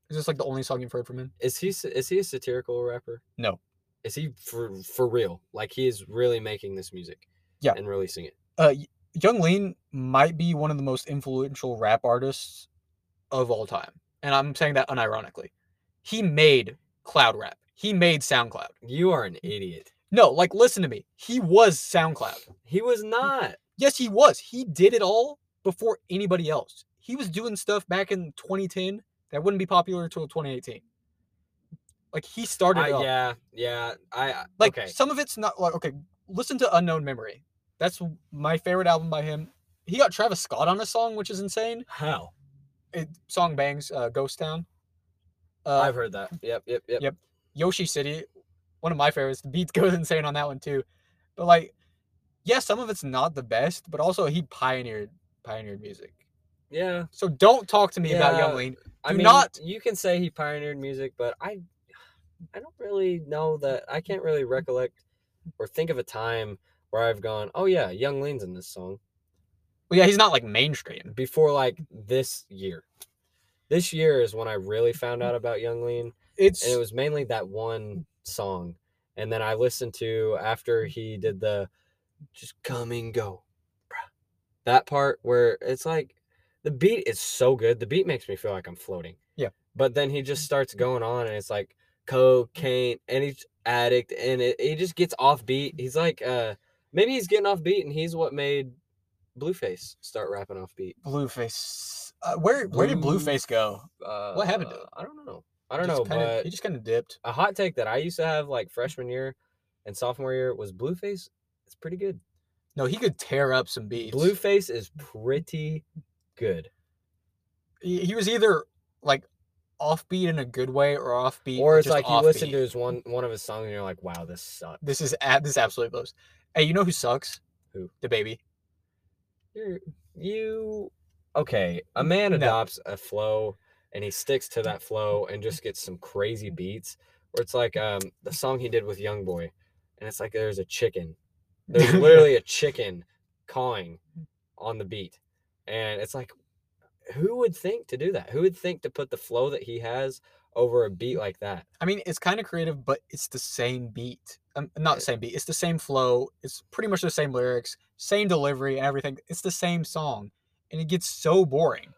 [SPEAKER 1] Is this like the only song you've heard from him?
[SPEAKER 2] Is he s- is he a satirical rapper?
[SPEAKER 1] No.
[SPEAKER 2] Is he for for real? Like he is really making this music.
[SPEAKER 1] Yeah.
[SPEAKER 2] And releasing it.
[SPEAKER 1] Uh, Y- Young Lean might be one of the most influential rap artists of all time, and I'm saying that unironically. He made cloud rap. He made SoundCloud.
[SPEAKER 2] You are an idiot.
[SPEAKER 1] No, like listen to me. He was SoundCloud.
[SPEAKER 2] He was not.
[SPEAKER 1] Yes, he was. He did it all before anybody else. He was doing stuff back in 2010 that wouldn't be popular until 2018. Like he started
[SPEAKER 2] I,
[SPEAKER 1] it all.
[SPEAKER 2] yeah, yeah. I I-
[SPEAKER 1] Like
[SPEAKER 2] okay.
[SPEAKER 1] some of it's not like okay. Listen to Unknown Memory. That's w- my favorite album by him. He got Travis Scott on a song, which is insane.
[SPEAKER 2] How?
[SPEAKER 1] It song bangs uh, Ghost Town. Uh,
[SPEAKER 2] I've heard that. Yep, yep, yep.
[SPEAKER 1] Yoshi City one of my favorites. The beats goes insane on that one too. But like, yeah, some of it's not the best, but also he pioneered pioneered music.
[SPEAKER 2] Yeah.
[SPEAKER 1] So don't talk to me about
[SPEAKER 2] Yeah,
[SPEAKER 1] Young Lean.
[SPEAKER 2] I
[SPEAKER 1] Do
[SPEAKER 2] mean,
[SPEAKER 1] not-
[SPEAKER 2] You can say he pioneered music, but I, I don't really know that. I can't really recollect or think of a time where I've gone, "Oh yeah, Young Lean's in this song."
[SPEAKER 1] Well, yeah, he's not like mainstream.
[SPEAKER 2] Before like this year. This year is when I really found out about Young Lean,
[SPEAKER 1] It's
[SPEAKER 2] and it was mainly that one song. And then I listened to after he did the just come and go. bruh. That part where it's like the beat is so good. The beat makes me feel like I'm floating.
[SPEAKER 1] Yeah. Mm-hmm.
[SPEAKER 2] But then he just starts going on and it's like cocaine and he's addict and it, he just gets off beat. He's like uh maybe he's getting off beat and he's what made Blueface start rapping off beat.
[SPEAKER 1] Blueface. Uh, where where did
[SPEAKER 2] Blue-
[SPEAKER 1] Blueface go?
[SPEAKER 2] Uh,
[SPEAKER 1] What happened to him?
[SPEAKER 2] I don't know. I don't know,
[SPEAKER 1] Just kinda-
[SPEAKER 2] but
[SPEAKER 1] he just kind of dipped.
[SPEAKER 2] a hot take that I used to have like freshman year and sophomore year was Blueface. It's pretty good.
[SPEAKER 1] No, he could tear up some beats.
[SPEAKER 2] Blueface is pretty good.
[SPEAKER 1] he he was either like offbeat in a good way or offbeat
[SPEAKER 2] Or
[SPEAKER 1] with
[SPEAKER 2] it's
[SPEAKER 1] just
[SPEAKER 2] like you listen
[SPEAKER 1] offbeat.
[SPEAKER 2] to his one one of his songs and you're like, wow, this sucks.
[SPEAKER 1] this is a- this absolutely blows. Hey, you know who sucks?
[SPEAKER 2] Who?
[SPEAKER 1] The baby.
[SPEAKER 2] You're, you okay? A man
[SPEAKER 1] No.
[SPEAKER 2] adopts a flow and he sticks to that flow and just gets some crazy beats. Or it's like um the song he did with YoungBoy, and it's like there's a chicken. There's literally a chicken cawing on the beat, and it's like, who would think to do that? Who would think to put the flow that he has over a beat like that?
[SPEAKER 1] I mean, it's kind of creative, but it's the same beat. Um, not the same beat. It's the same flow. It's pretty much the same lyrics, same delivery, and everything. It's the same song, and it gets so boring.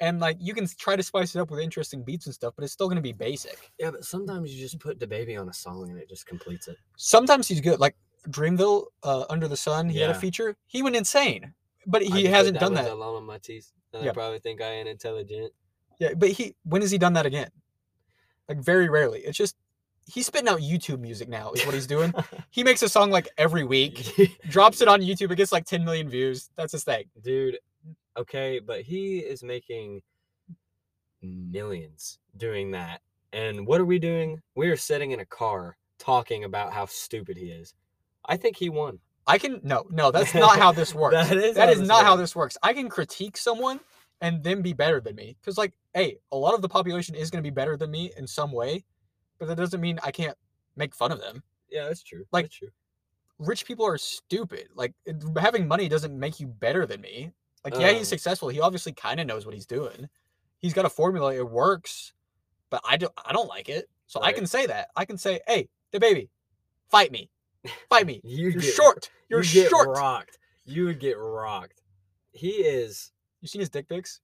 [SPEAKER 1] And like, you can try to spice it up with interesting beats and stuff, but it's still gonna be basic.
[SPEAKER 2] Yeah, but sometimes you just put the baby on a song and it just completes it.
[SPEAKER 1] Sometimes he's good. Like Dreamville, uh, Under the Sun, he had
[SPEAKER 2] Yeah.
[SPEAKER 1] a feature. He went insane, but
[SPEAKER 2] I
[SPEAKER 1] he
[SPEAKER 2] just
[SPEAKER 1] hasn't
[SPEAKER 2] put
[SPEAKER 1] done
[SPEAKER 2] downloads
[SPEAKER 1] that.
[SPEAKER 2] Alone on my teeth. And
[SPEAKER 1] Yeah.
[SPEAKER 2] I probably think I ain't intelligent.
[SPEAKER 1] Yeah, but he when has he done that again? Like very rarely. It's just he's spitting out YouTube music now is what he's doing. he makes a song like every week, drops it on YouTube, it gets like 10 million views. That's his thing.
[SPEAKER 2] Dude, okay, but he is making millions doing that. And what are we doing? We are sitting in a car talking about how stupid he is. I think he won.
[SPEAKER 1] I can no, no, that's not how this works.
[SPEAKER 2] That is
[SPEAKER 1] that
[SPEAKER 2] how
[SPEAKER 1] is
[SPEAKER 2] this
[SPEAKER 1] not how
[SPEAKER 2] works.
[SPEAKER 1] this works. I can critique someone and them be better than me. Because like, hey, a lot of the population is gonna be better than me in some way, but that doesn't mean I can't make fun of them.
[SPEAKER 2] Yeah, that's true.
[SPEAKER 1] Like-
[SPEAKER 2] that's true.
[SPEAKER 1] Rich people are stupid. Like it- having money doesn't make you better than me. Like yeah,
[SPEAKER 2] Um,
[SPEAKER 1] he's successful. He obviously kind of knows what he's doing. He's got a formula. It works, but I don't. I don't like it. So I
[SPEAKER 2] Right.
[SPEAKER 1] can say that. I can say, hey, the baby, fight me, fight me.
[SPEAKER 2] You
[SPEAKER 1] You're
[SPEAKER 2] get-
[SPEAKER 1] short. You're
[SPEAKER 2] you get
[SPEAKER 1] short.
[SPEAKER 2] rocked. You would get rocked. He is
[SPEAKER 1] You seen his dick pics?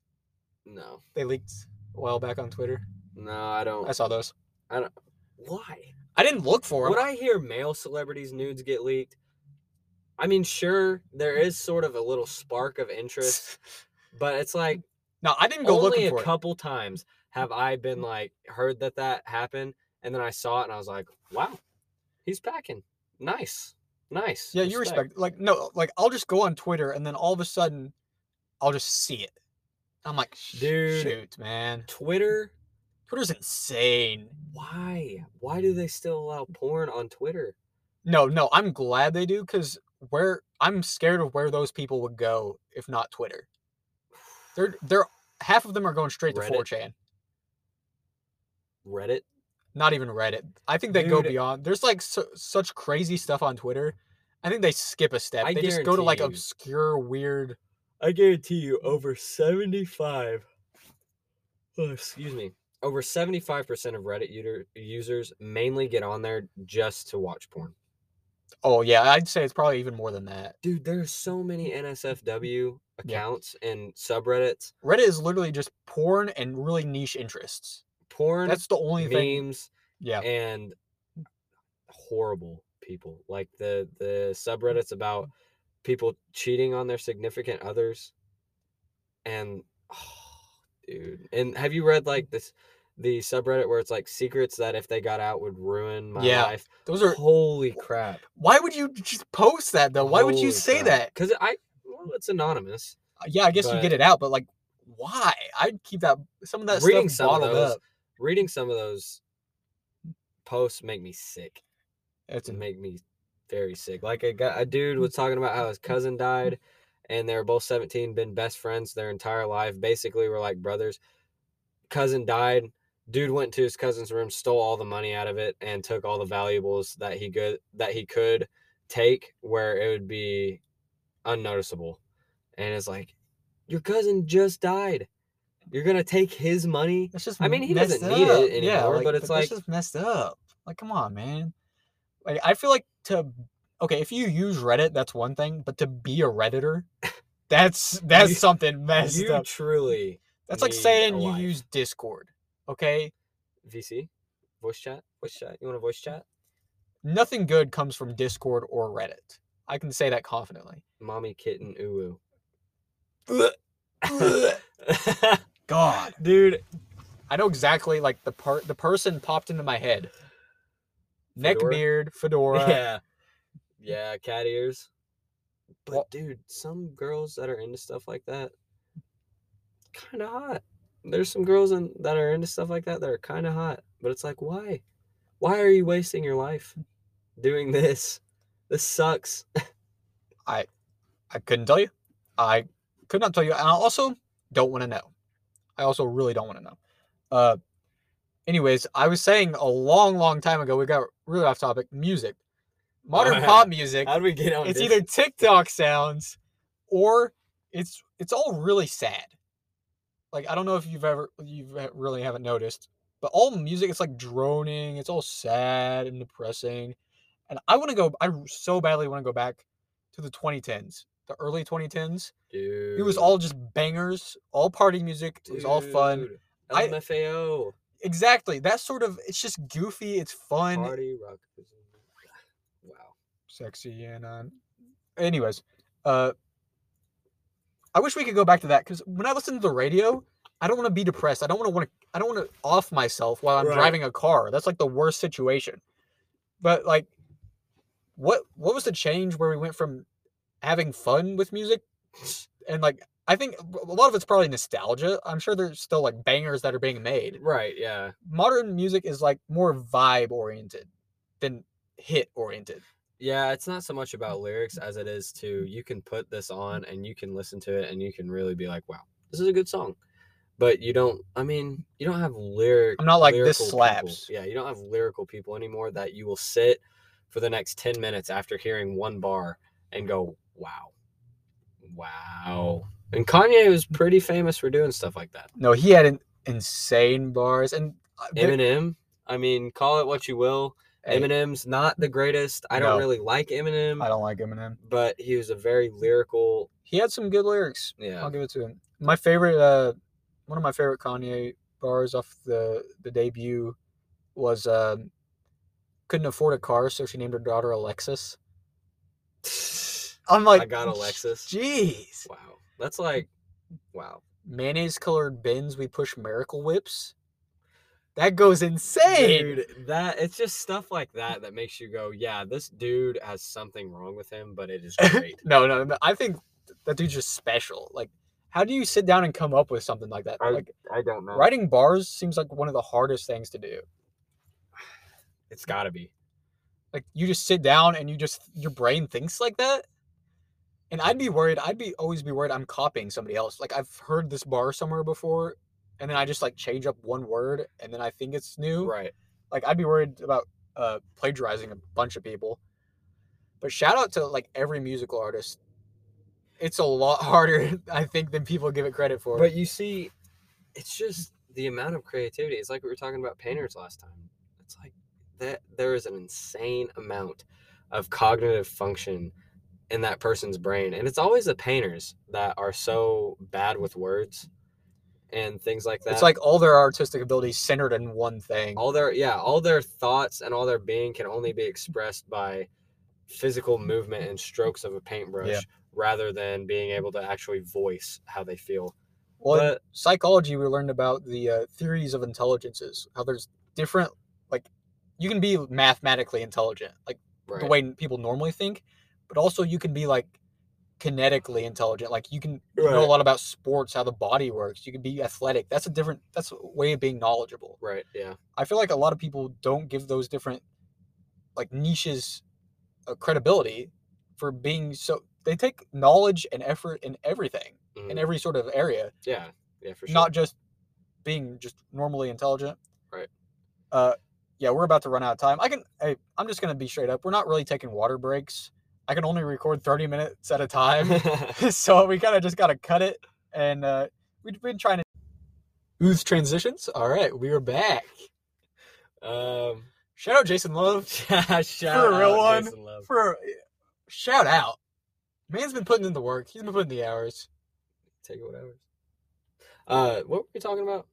[SPEAKER 2] no.
[SPEAKER 1] They leaked a while back on Twitter.
[SPEAKER 2] No, I don't
[SPEAKER 1] I saw those.
[SPEAKER 2] why?
[SPEAKER 1] I didn't look for
[SPEAKER 2] Would
[SPEAKER 1] them.
[SPEAKER 2] I hear male celebrities' nudes get leaked? I mean, sure, there is sort of a little spark of interest, but it's like
[SPEAKER 1] no, I didn't go
[SPEAKER 2] only
[SPEAKER 1] looking
[SPEAKER 2] a
[SPEAKER 1] for Mm.
[SPEAKER 2] couple times have I been like heard that that happened, and then I saw it and I was like, wow, he's packing. Nice, nice.
[SPEAKER 1] it. Yeah, you respect. Like no, like I'll just go on Twitter and then all of a sudden, I'll just see it. I'm like,
[SPEAKER 2] Dude.
[SPEAKER 1] dude, shoot, man.
[SPEAKER 2] Twitter.
[SPEAKER 1] Twitter's insane.
[SPEAKER 2] Why? Why do they still allow porn on Twitter?
[SPEAKER 1] No, no, I'm glad they do because where I'm scared of where those people would go if not Twitter. They're they're half of them are going straight to
[SPEAKER 2] Reddit?
[SPEAKER 1] 4chan.
[SPEAKER 2] Reddit.
[SPEAKER 1] Not even Reddit. I think they go
[SPEAKER 2] Dude.
[SPEAKER 1] beyond. There's like su- such crazy stuff on Twitter. I think they skip a step.
[SPEAKER 2] I
[SPEAKER 1] they just go to like
[SPEAKER 2] guarantee you.
[SPEAKER 1] obscure, weird.
[SPEAKER 2] I guarantee you, over 75. Oh, excuse me. Over 75% of Reddit uter- users mainly get on there just to watch porn.
[SPEAKER 1] Oh yeah, I'd say it's probably even more than that.
[SPEAKER 2] Dude, there are so many NSFW
[SPEAKER 1] Yeah.
[SPEAKER 2] accounts and subreddits.
[SPEAKER 1] Reddit is literally just porn and really niche interests.
[SPEAKER 2] Porn,
[SPEAKER 1] That's the only thing.
[SPEAKER 2] memes,
[SPEAKER 1] Yeah,
[SPEAKER 2] and horrible people. Like the
[SPEAKER 1] Mm.
[SPEAKER 2] the subreddits about people cheating on their significant others. And oh, dude, and have you
[SPEAKER 1] Mm.
[SPEAKER 2] read like this the subreddit where it's like secrets that if they got out would ruin my
[SPEAKER 1] Yeah,
[SPEAKER 2] life?
[SPEAKER 1] those are.
[SPEAKER 2] Holy crap!
[SPEAKER 1] Why would you just post that though? Why would you say that?
[SPEAKER 2] Because I well, it's anonymous.
[SPEAKER 1] Uh, Yeah, I guess you
[SPEAKER 2] But-
[SPEAKER 1] get it out, but like, why? I'd keep that some of that
[SPEAKER 2] Reading
[SPEAKER 1] stuff
[SPEAKER 2] some of
[SPEAKER 1] bottled
[SPEAKER 2] those-
[SPEAKER 1] up.
[SPEAKER 2] Reading some of those posts make me sick.
[SPEAKER 1] It's
[SPEAKER 2] to make me very sick. Like a guy, a dude
[SPEAKER 1] Mm.
[SPEAKER 2] was talking about how his cousin died, and they were both seventeen, been best friends their entire life. Basically, were like brothers. Cousin died. Dude went to his cousin's room, stole all the money out of it, and took all the valuables that he could that he could take, where it would be unnoticeable. And it's like, your cousin just died. You're gonna take his money.
[SPEAKER 1] That's just
[SPEAKER 2] I mean, he
[SPEAKER 1] messed
[SPEAKER 2] doesn't need
[SPEAKER 1] up.
[SPEAKER 2] it anymore, but it's
[SPEAKER 1] that's
[SPEAKER 2] like-
[SPEAKER 1] just messed up. Like, come on, man. Like, I feel like to okay, if you use Reddit, that's one thing, but to be a redditor, that's that's
[SPEAKER 2] You-
[SPEAKER 1] something messed
[SPEAKER 2] You
[SPEAKER 1] up.
[SPEAKER 2] truly
[SPEAKER 1] That's like
[SPEAKER 2] need a
[SPEAKER 1] saying you
[SPEAKER 2] life.
[SPEAKER 1] use Discord. Okay,
[SPEAKER 2] VC voice chat voice chat. You want to voice chat?
[SPEAKER 1] nothing good comes from Discord or Reddit. I can say that confidently.
[SPEAKER 2] Mommy kitten uwu.
[SPEAKER 1] God,
[SPEAKER 2] Dude,
[SPEAKER 1] I know exactly like the part the person popped into my head. Neck
[SPEAKER 2] Fedora?
[SPEAKER 1] beard, fedora.
[SPEAKER 2] yeah, yeah, cat ears. But
[SPEAKER 1] Well-
[SPEAKER 2] dude, some girls that are into stuff like that, kind of hot. There's some girls in, that are into stuff like that that are kind of hot, but it's like, why? Why are you wasting your life doing this? This sucks.
[SPEAKER 1] I couldn't tell you. I could not tell you. And I also don't want to know. I also really don't want to know. Uh, anyways, I was saying a long, long time ago, we got really off topic music. Modern
[SPEAKER 2] Wow.
[SPEAKER 1] pop music,
[SPEAKER 2] How do we get on?
[SPEAKER 1] it's
[SPEAKER 2] this?
[SPEAKER 1] either TikTok sounds or it's it's all really sad. Like I don't know if you've ever you have really haven't noticed, but all music it's like droning, it's all sad and depressing. And I want to go I r- so badly want to go back to the 2010s, the early 2010s.
[SPEAKER 2] dude.
[SPEAKER 1] It was all just bangers, all party music, it was all fun.
[SPEAKER 2] Dude,
[SPEAKER 1] I-
[SPEAKER 2] LMFAO.
[SPEAKER 1] Exactly. That sort of it's just goofy, it's fun,
[SPEAKER 2] Party rock. Wow.
[SPEAKER 1] sexy and um anyways uh i wish we could go back to that because when i listen to the radio i don't want to be depressed i don't want to want to i don't want to off myself while i'm
[SPEAKER 2] Right.
[SPEAKER 1] driving a car that's like the worst situation but like what what was the change where we went from having fun with music and like i think a lot of it's probably nostalgia i'm sure there's still like bangers that are being made
[SPEAKER 2] Right, yeah.
[SPEAKER 1] modern music is like more vibe oriented than hit oriented
[SPEAKER 2] Yeah, it's not so much
[SPEAKER 1] Mm.
[SPEAKER 2] about lyrics as it is to you can put this on and you can listen to it and you can really be like, wow, this is a good song. But you don't, I mean, you don't have lyric.
[SPEAKER 1] I'm not like, "This
[SPEAKER 2] lyrical people-
[SPEAKER 1] slaps."
[SPEAKER 2] Yeah, you don't have lyrical people anymore that you will sit for the next 10 minutes after hearing one bar and go, wow, wow. And Kanye was
[SPEAKER 1] Mm.
[SPEAKER 2] pretty famous for doing stuff like that.
[SPEAKER 1] No, he had an insane bars and uh, there-
[SPEAKER 2] Eminem, I mean, call it what you will.
[SPEAKER 1] hey,
[SPEAKER 2] Eminem's not the greatest. I don't
[SPEAKER 1] No.
[SPEAKER 2] really like Eminem.
[SPEAKER 1] I don't like Eminem.
[SPEAKER 2] but he was a very lyrical.
[SPEAKER 1] He had some good lyrics.
[SPEAKER 2] Yeah.
[SPEAKER 1] I'll give it to him. My favorite, uh, one of my favorite Kanye bars off the the debut was um, couldn't afford a car, so she named her daughter Alexis. I'm like,
[SPEAKER 2] I got Alexis.
[SPEAKER 1] Jeez,
[SPEAKER 2] Wow. That's like, wow.
[SPEAKER 1] mayonnaise colored bins. We push miracle whips. That goes insane.
[SPEAKER 2] Dude, that it's just stuff like that that makes you go, yeah, this dude has something wrong with him, but it is great.
[SPEAKER 1] No, no, no, I think th- that dude's just special. Like, how do you sit down and come up with something like that?
[SPEAKER 2] I-
[SPEAKER 1] like,
[SPEAKER 2] I don't know.
[SPEAKER 1] Writing bars seems like one of the hardest things to do.
[SPEAKER 2] It's got to be.
[SPEAKER 1] Like you just sit down and you just your brain thinks like that. And I'd be worried. I'd be always be worried I'm copying somebody else. Like I've heard this bar somewhere before, and then I just like change up one word, and then I think it's new.
[SPEAKER 2] Right.
[SPEAKER 1] Like I'd be worried about uh, plagiarizing a bunch of people. But shout out to like every musical artist. It's a lot harder, I think, than people give it credit for.
[SPEAKER 2] But you see, it's just the amount of creativity. It's like we were talking about painters last time. It's like that there is an insane amount of cognitive function in that person's brain. And it's always the painters that are so bad with words and things like that.
[SPEAKER 1] it's like all their artistic abilities centered in one thing.
[SPEAKER 2] all their yeah, all their thoughts and all their being can only be expressed by physical movement and strokes of a paintbrush rather than being able to actually voice how they feel.
[SPEAKER 1] Well, in
[SPEAKER 2] But-
[SPEAKER 1] psychology, we learned about the uh, theories of intelligences, how there's different, like, you can be mathematically intelligent, like
[SPEAKER 2] Right.
[SPEAKER 1] the way n- people normally think, but also you can be, like, kinetically intelligent. Like, you can know a
[SPEAKER 2] Right.
[SPEAKER 1] lot about sports, how the body works. You can be athletic. That's a different, that's a way of being knowledgeable.
[SPEAKER 2] right, yeah.
[SPEAKER 1] I feel like a lot of people don't give those different like niches uh, credibility for being so they take knowledge and effort in everything in
[SPEAKER 2] Mhm.
[SPEAKER 1] every sort of area
[SPEAKER 2] yeah, yeah, for sure.
[SPEAKER 1] not just being just normally intelligent
[SPEAKER 2] Right.
[SPEAKER 1] uh yeah we're about to run out of time i can hey, i'm just gonna be straight up we're not really taking water breaks i can only record 30 minutes at a time so we kind of just got to cut it and uh we've been trying to ooze transitions all right we are back
[SPEAKER 2] um,
[SPEAKER 1] shout out jason love
[SPEAKER 2] shout
[SPEAKER 1] a real
[SPEAKER 2] out
[SPEAKER 1] one.
[SPEAKER 2] Jason Love.
[SPEAKER 1] for uh, shout out man's been putting in the work he's been putting the hours
[SPEAKER 2] Take whatever. Uh, what were we talking about?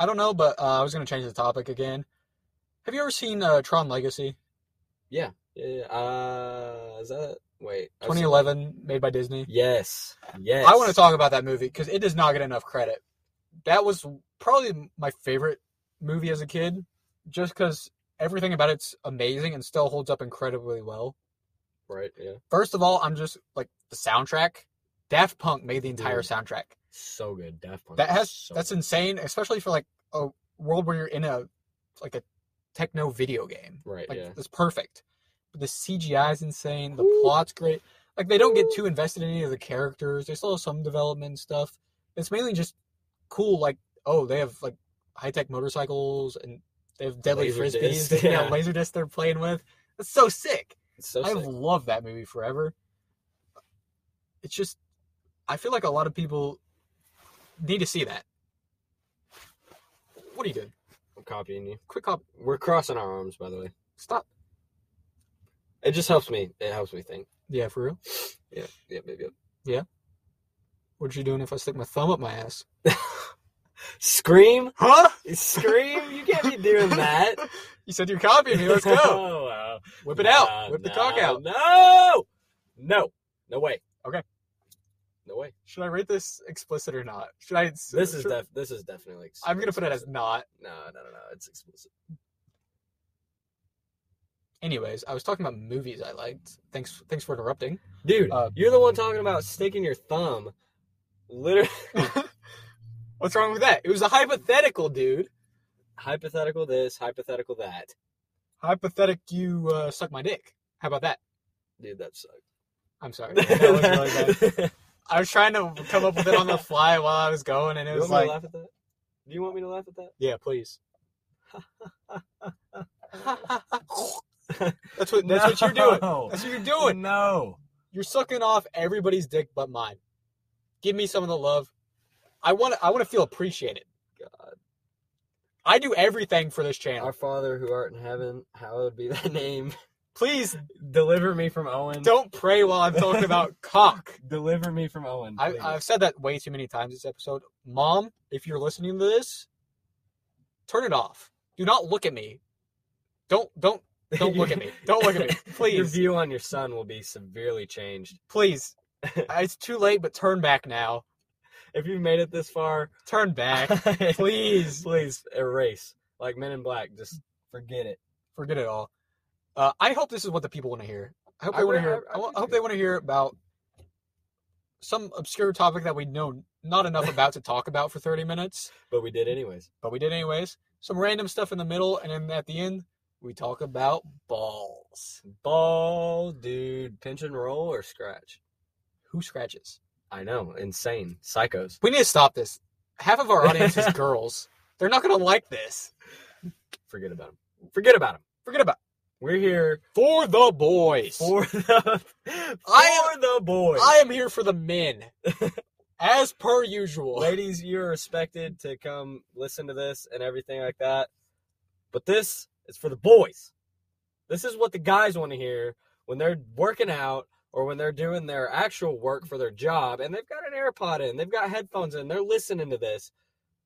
[SPEAKER 1] i don't know but uh, i was gonna change the topic again have you ever seen uh, tron legacy
[SPEAKER 2] Yeah, uh, is that wait? I've seen-
[SPEAKER 1] 2011 made by disney
[SPEAKER 2] Yes, yes.
[SPEAKER 1] I want to talk about that movie because it does not get enough credit. That was probably my favorite movie as a kid, just because everything about it's amazing and still holds up incredibly well.
[SPEAKER 2] Right. Yeah.
[SPEAKER 1] First of all, I'm just like the soundtrack. Daft Punk made the entire
[SPEAKER 2] Dude.
[SPEAKER 1] soundtrack.
[SPEAKER 2] So good. Daft Punk.
[SPEAKER 1] That
[SPEAKER 2] is
[SPEAKER 1] has
[SPEAKER 2] so
[SPEAKER 1] that's
[SPEAKER 2] good.
[SPEAKER 1] insane, especially for like a world where you're in a like a techno video game.
[SPEAKER 2] right.
[SPEAKER 1] Like
[SPEAKER 2] yeah.
[SPEAKER 1] it's perfect. But the CGI is insane. The
[SPEAKER 2] Woo.
[SPEAKER 1] plot's great. Like they don't get too invested in any of the characters. They still have some development and stuff. It's mainly just cool. Like oh, they have like high tech motorcycles and they have deadly
[SPEAKER 2] Laser
[SPEAKER 1] frisbees.
[SPEAKER 2] disc,
[SPEAKER 1] yeah,
[SPEAKER 2] yeah.
[SPEAKER 1] laser disc they're playing with. That's so sick.
[SPEAKER 2] It's so
[SPEAKER 1] I've
[SPEAKER 2] sick.
[SPEAKER 1] loved that movie forever. It's just, I feel like a lot of people need to see that. What are you doing?
[SPEAKER 2] I'm copying you.
[SPEAKER 1] Quick hop.
[SPEAKER 2] We're crossing our arms, by the way.
[SPEAKER 1] Stop.
[SPEAKER 2] It just helps me. It helps me think.
[SPEAKER 1] Yeah, for real.
[SPEAKER 2] Yeah. Yeah. Maybe.
[SPEAKER 1] What you doing if I stick my thumb up my ass?
[SPEAKER 2] Scream.
[SPEAKER 1] Huh?
[SPEAKER 2] Scream. You can't be doing that.
[SPEAKER 1] You said you're copying me. Let's go.
[SPEAKER 2] oh, wow.
[SPEAKER 1] Whip it out.
[SPEAKER 2] Nah,
[SPEAKER 1] Whip the
[SPEAKER 2] nah,
[SPEAKER 1] talk out.
[SPEAKER 2] No. No. No way.
[SPEAKER 1] Okay.
[SPEAKER 2] No way.
[SPEAKER 1] Should I rate this explicit or not? Should I?
[SPEAKER 2] This is
[SPEAKER 1] should-
[SPEAKER 2] def. This is definitely. ex-
[SPEAKER 1] I'm gonna put it as
[SPEAKER 2] explicit.
[SPEAKER 1] not.
[SPEAKER 2] No, no, no, no. It's explicit.
[SPEAKER 1] Anyways, I was talking about movies I liked. Thanks, thanks for interrupting.
[SPEAKER 2] Dude,
[SPEAKER 1] Uh,
[SPEAKER 2] you're the one talking about sticking your thumb. Literally
[SPEAKER 1] What's wrong with that? It was a hypothetical, dude.
[SPEAKER 2] hypothetical this, hypothetical that.
[SPEAKER 1] Hypothetic, you uh, suck my dick. How about that?
[SPEAKER 2] Dude, that sucked.
[SPEAKER 1] I'm sorry. That was really bad. I was trying to come up with it on the fly while I was going, and it
[SPEAKER 2] you
[SPEAKER 1] was
[SPEAKER 2] want me to
[SPEAKER 1] like,
[SPEAKER 2] laugh at that? Do you want me to laugh at that?
[SPEAKER 1] yeah, please. that's what that's what you're doing. That's what you're doing.
[SPEAKER 2] No.
[SPEAKER 1] You're sucking off everybody's dick but mine. Give me some of the love. I want I want to feel appreciated.
[SPEAKER 2] God.
[SPEAKER 1] I do everything for this channel.
[SPEAKER 2] Our Father who art in heaven, hallowed be thy name.
[SPEAKER 1] Please
[SPEAKER 2] Deliver me from Owen.
[SPEAKER 1] don't pray while I'm talking about cock.
[SPEAKER 2] Deliver me from Owen.
[SPEAKER 1] I,
[SPEAKER 2] please.
[SPEAKER 1] I've said that way too many times this episode. Mom, if you're listening to this, turn it off. Do not look at me. Don't don't don't look at me. Don't look at me,
[SPEAKER 2] Your
[SPEAKER 1] please.
[SPEAKER 2] view on your son will be severely changed.
[SPEAKER 1] please. Uh, It's too late, but turn back now.
[SPEAKER 2] If you've made it this far,
[SPEAKER 1] Turn back,
[SPEAKER 2] please,
[SPEAKER 1] please.
[SPEAKER 2] please erase. Like Men in Black, just forget it.
[SPEAKER 1] Forget it all. Uh, I hope this is what the people want to hear. I hope
[SPEAKER 2] I
[SPEAKER 1] they want to
[SPEAKER 2] re-
[SPEAKER 1] hear.
[SPEAKER 2] I- I
[SPEAKER 1] I, wa-
[SPEAKER 2] do
[SPEAKER 1] I hope
[SPEAKER 2] too.
[SPEAKER 1] they want to hear about some obscure topic that we know not enough about to talk about for thirty minutes.
[SPEAKER 2] But we did anyways.
[SPEAKER 1] but we did anyways. Some random stuff in the middle, and then at the end, we talk about balls.
[SPEAKER 2] Ball, dude, pinch and roll or scratch?
[SPEAKER 1] Who scratches?
[SPEAKER 2] I know, insane, psychos.
[SPEAKER 1] We need to stop this. Half of our audience is girls. They're not gonna like this.
[SPEAKER 2] Forget about them. Forget about them.
[SPEAKER 1] Forget about
[SPEAKER 2] We're here
[SPEAKER 1] for the boys.
[SPEAKER 2] for the for
[SPEAKER 1] I
[SPEAKER 2] the boys.
[SPEAKER 1] I am here for the men, as per usual.
[SPEAKER 2] Ladies, you're respected to come listen to this and everything like that. But this is for the boys. This is what the guys want to hear when they're working out or when they're doing their actual work for their job and they've got an AirPod in, they've got headphones in, they're listening to this.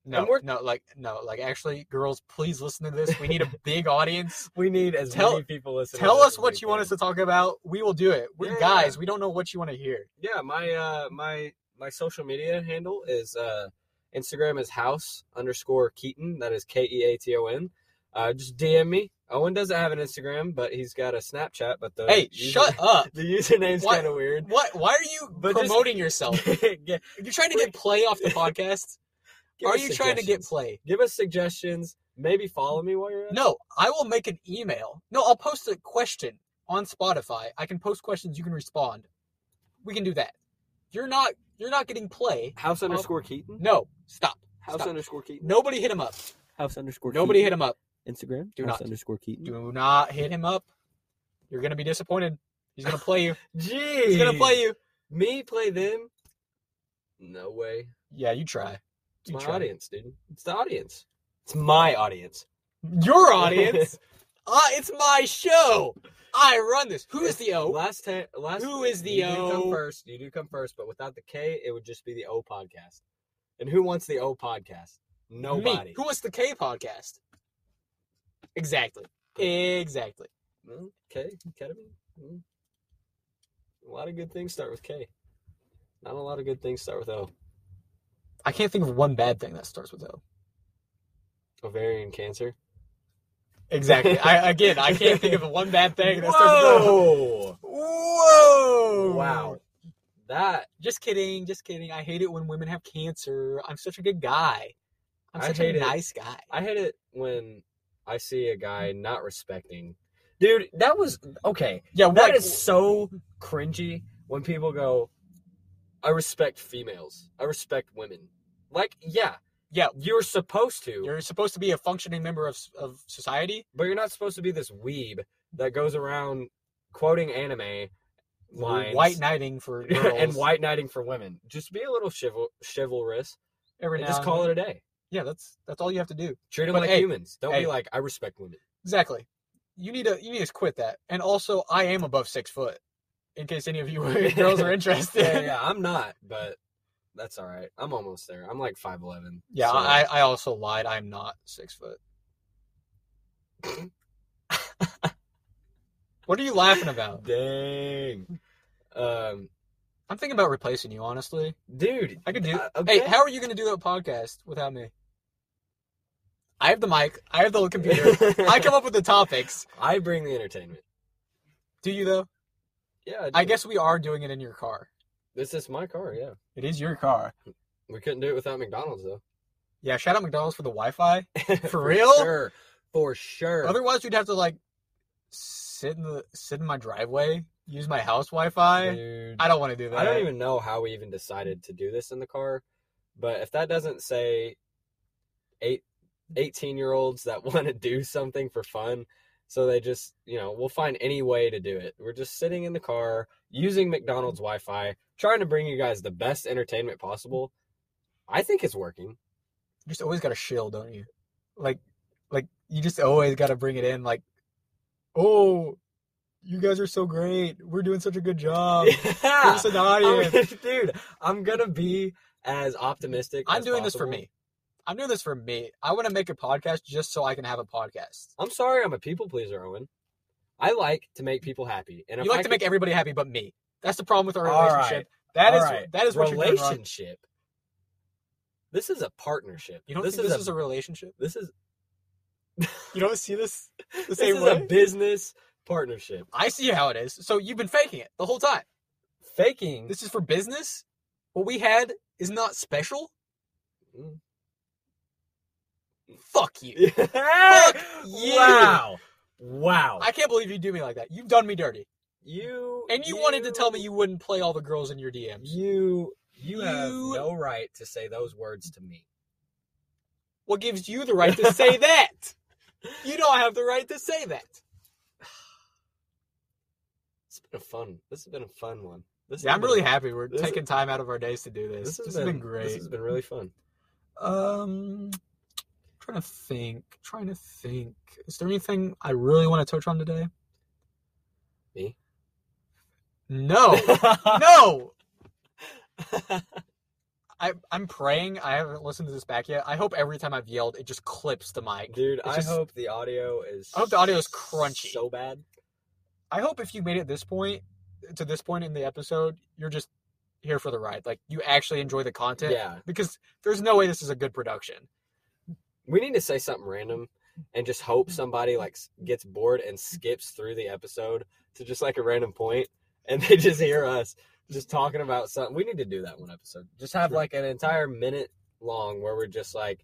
[SPEAKER 1] No,
[SPEAKER 2] and we're-
[SPEAKER 1] no, like no, like actually, girls, please listen to this. We need a big audience.
[SPEAKER 2] We need as
[SPEAKER 1] Tell-
[SPEAKER 2] many people listening.
[SPEAKER 1] Tell
[SPEAKER 2] to this
[SPEAKER 1] us
[SPEAKER 2] as we
[SPEAKER 1] what you want
[SPEAKER 2] can.
[SPEAKER 1] us to talk about. We will do it. We're
[SPEAKER 2] Yeah.
[SPEAKER 1] guys. We don't know what you want to hear.
[SPEAKER 2] yeah my uh my my social media handle is uh instagram is house underscore keaton that is E k-e-a-t-o-n uh just dm me owen doesn't have an instagram but he's got a snapchat but the
[SPEAKER 1] Hey,
[SPEAKER 2] user-
[SPEAKER 1] shut up.
[SPEAKER 2] the username's
[SPEAKER 1] What?
[SPEAKER 2] kind of weird
[SPEAKER 1] What? Why are you
[SPEAKER 2] But just-
[SPEAKER 1] promoting yourself?
[SPEAKER 2] Give
[SPEAKER 1] You're trying to get play off the podcast.
[SPEAKER 2] us
[SPEAKER 1] Are you trying to get
[SPEAKER 2] suggestions.
[SPEAKER 1] play?
[SPEAKER 2] give us suggestions Maybe follow me while you're at it.
[SPEAKER 1] No, I will make an email. No, I'll post a question on Spotify. I can post questions. You can respond. We can do that. You're not. You're not getting play.
[SPEAKER 3] House underscore Keaton.
[SPEAKER 1] No, stop.
[SPEAKER 3] House
[SPEAKER 1] stop.
[SPEAKER 3] underscore Keaton.
[SPEAKER 1] Nobody hit him up.
[SPEAKER 3] House underscore.
[SPEAKER 1] Nobody hit him up.
[SPEAKER 3] him. Instagram.
[SPEAKER 1] Do
[SPEAKER 3] House
[SPEAKER 1] not.
[SPEAKER 3] underscore Keaton.
[SPEAKER 1] Do not hit him up. You're gonna be disappointed. He's gonna play you.
[SPEAKER 2] Jeez.
[SPEAKER 1] He's gonna play you.
[SPEAKER 2] Me play them? No way.
[SPEAKER 1] Yeah, you try.
[SPEAKER 2] It's
[SPEAKER 1] You
[SPEAKER 2] my
[SPEAKER 1] try.
[SPEAKER 2] audience, dude. It's the audience. It's my audience.
[SPEAKER 1] Your audience. uh, it's my show. I run this. Who is the O?
[SPEAKER 2] Last time, last
[SPEAKER 1] Who is the
[SPEAKER 2] you do
[SPEAKER 1] O?
[SPEAKER 2] come first? You do come first, but without the K, it would just be the O podcast. And who wants the O podcast? Nobody.
[SPEAKER 1] Me. Who wants the K podcast? Exactly. Exactly.
[SPEAKER 2] Mm, K ketamine. Mm. A lot of good things start with K. Not a lot of good things start with O.
[SPEAKER 1] I can't think of one bad thing that starts with O.
[SPEAKER 2] Ovarian cancer.
[SPEAKER 1] Exactly. I again, I can't think of one bad thing that starts with O.
[SPEAKER 2] Whoa!
[SPEAKER 1] Whoa!
[SPEAKER 2] Wow. That
[SPEAKER 1] Just kidding. Just kidding. I hate it when women have cancer. I'm such a good guy. I'm
[SPEAKER 2] I
[SPEAKER 1] such
[SPEAKER 2] hate
[SPEAKER 1] a
[SPEAKER 2] it.
[SPEAKER 1] nice guy.
[SPEAKER 2] I hate it when I see a guy not respecting. Dude, that was okay.
[SPEAKER 1] Yeah.
[SPEAKER 2] That
[SPEAKER 1] What
[SPEAKER 2] is so cringy when people go, "I respect females. I respect women." Like, yeah,
[SPEAKER 1] Yeah.
[SPEAKER 2] you're supposed to,
[SPEAKER 1] You're supposed to be a functioning member of of society.
[SPEAKER 2] but you're not supposed to be this weeb that goes around quoting anime lines,
[SPEAKER 1] White knighting for girls
[SPEAKER 2] and white knighting for women. Just be a little chival- chivalrous
[SPEAKER 1] Every
[SPEAKER 2] and
[SPEAKER 1] now
[SPEAKER 2] just call it a day.
[SPEAKER 1] Yeah, that's that's all you have to do.
[SPEAKER 2] Treat them
[SPEAKER 1] But
[SPEAKER 2] like
[SPEAKER 1] hey,
[SPEAKER 2] humans. Don't
[SPEAKER 1] hey.
[SPEAKER 2] be like, "I respect women."
[SPEAKER 1] Exactly. You need to you need to quit that. And also, I am above six foot. In case any of you girls are interested.
[SPEAKER 2] yeah, yeah, I'm not, but that's all right. I'm almost there. I'm like five eleven.
[SPEAKER 1] Yeah, I, I also lied. I'm not six foot. what are you laughing about?
[SPEAKER 2] dang. Um,
[SPEAKER 1] I'm thinking about replacing you, honestly.
[SPEAKER 2] dude,
[SPEAKER 1] I could do.
[SPEAKER 2] uh, okay.
[SPEAKER 1] Hey, how are you going to do that podcast without me? I have the mic. I have the little computer. I come up with the topics.
[SPEAKER 2] I bring the entertainment.
[SPEAKER 1] Do you though?
[SPEAKER 2] Yeah,
[SPEAKER 1] I
[SPEAKER 2] do.
[SPEAKER 1] guess we are doing it in your car.
[SPEAKER 2] this is my car. Yeah,
[SPEAKER 1] It is your car.
[SPEAKER 2] we couldn't do it without McDonald's though.
[SPEAKER 1] Yeah. Shout out McDonald's for the Wi-Fi. For real?
[SPEAKER 2] sure, for sure.
[SPEAKER 1] Otherwise, you'd have to like sit in the sit in my driveway, use my house Wi-Fi.
[SPEAKER 2] Dude,
[SPEAKER 1] I don't want to do that.
[SPEAKER 2] I don't even know how we even decided to do this in the car, but if that doesn't say eight, 18 year olds that want to do something for fun, so they just, you know, we'll find any way to do it. We're just sitting in the car using McDonald's Wi Fi, trying to bring you guys the best entertainment possible. I think it's working.
[SPEAKER 1] You just always got to shill, don't you? Like, like you just always got to bring it in. Like, oh, you guys are so great. We're doing such a good job.
[SPEAKER 2] yeah.
[SPEAKER 1] Um, Here's an
[SPEAKER 2] I'm-
[SPEAKER 1] audience.
[SPEAKER 2] dude, I'm going to be as optimistic.
[SPEAKER 1] I'm
[SPEAKER 2] as
[SPEAKER 1] doing this for
[SPEAKER 2] possible.
[SPEAKER 1] me. I'm doing this for me. I want to make a podcast just so I can have a podcast.
[SPEAKER 2] I'm sorry I'm a people pleaser, Owen. I like to make people happy. And if
[SPEAKER 1] you like
[SPEAKER 2] I
[SPEAKER 1] to
[SPEAKER 2] could-
[SPEAKER 1] make everybody happy but me. That's the problem with our
[SPEAKER 2] All
[SPEAKER 1] relationship.
[SPEAKER 2] right.
[SPEAKER 1] That is
[SPEAKER 2] Alright,
[SPEAKER 1] that is what you're doing wrong.
[SPEAKER 2] relationship. This is a partnership.
[SPEAKER 1] You don't
[SPEAKER 2] this
[SPEAKER 1] think
[SPEAKER 2] is
[SPEAKER 1] this
[SPEAKER 2] a,
[SPEAKER 1] is a relationship?
[SPEAKER 2] this is
[SPEAKER 1] You don't see this the
[SPEAKER 2] this
[SPEAKER 1] same
[SPEAKER 2] is
[SPEAKER 1] way?
[SPEAKER 2] a business partnership.
[SPEAKER 1] I see how it is. So you've been faking it the whole time.
[SPEAKER 2] Faking
[SPEAKER 1] This is for business. What we had is not special.
[SPEAKER 2] Mm.
[SPEAKER 1] Fuck you. you.
[SPEAKER 2] Wow. Wow.
[SPEAKER 1] I can't believe you do me like that. You've done me dirty.
[SPEAKER 2] you
[SPEAKER 1] And you, wanted to tell me you wouldn't play all the girls in your DMs.
[SPEAKER 2] you you have
[SPEAKER 1] You-
[SPEAKER 2] no right to say those words to me.
[SPEAKER 1] What gives you the right to say that? You don't have the right to say that.
[SPEAKER 2] It's been a fun. This has been a fun one. This
[SPEAKER 1] Yeah,
[SPEAKER 2] has
[SPEAKER 1] I'm
[SPEAKER 2] been-
[SPEAKER 1] really happy we're
[SPEAKER 2] this-
[SPEAKER 1] taking time out of our days to do this.
[SPEAKER 2] This has,
[SPEAKER 1] This,
[SPEAKER 2] been,
[SPEAKER 1] has been great.
[SPEAKER 2] This has been really fun.
[SPEAKER 1] Um, trying to think. Trying to think. Is there anything I really want to touch on today?
[SPEAKER 2] Me?
[SPEAKER 1] No, no. I I'm praying. I haven't listened to this back yet. I hope every time I've yelled, it just clips the mic.
[SPEAKER 2] Dude,
[SPEAKER 1] It's
[SPEAKER 2] I
[SPEAKER 1] just-
[SPEAKER 2] hope the audio is
[SPEAKER 1] I hope the audio is crunchy.
[SPEAKER 2] so bad.
[SPEAKER 1] I hope if you made it this point, to this point in the episode, you're just here for the ride. Like you actually enjoy the content.
[SPEAKER 2] Yeah.
[SPEAKER 1] Because there's no way this is a good production.
[SPEAKER 2] We need to say something random and just hope somebody like s- gets bored and skips through the episode to just like a random point and they just hear us just talking about something. We need to do that one episode. Just have
[SPEAKER 1] Sure.
[SPEAKER 2] like an entire minute long where we're just like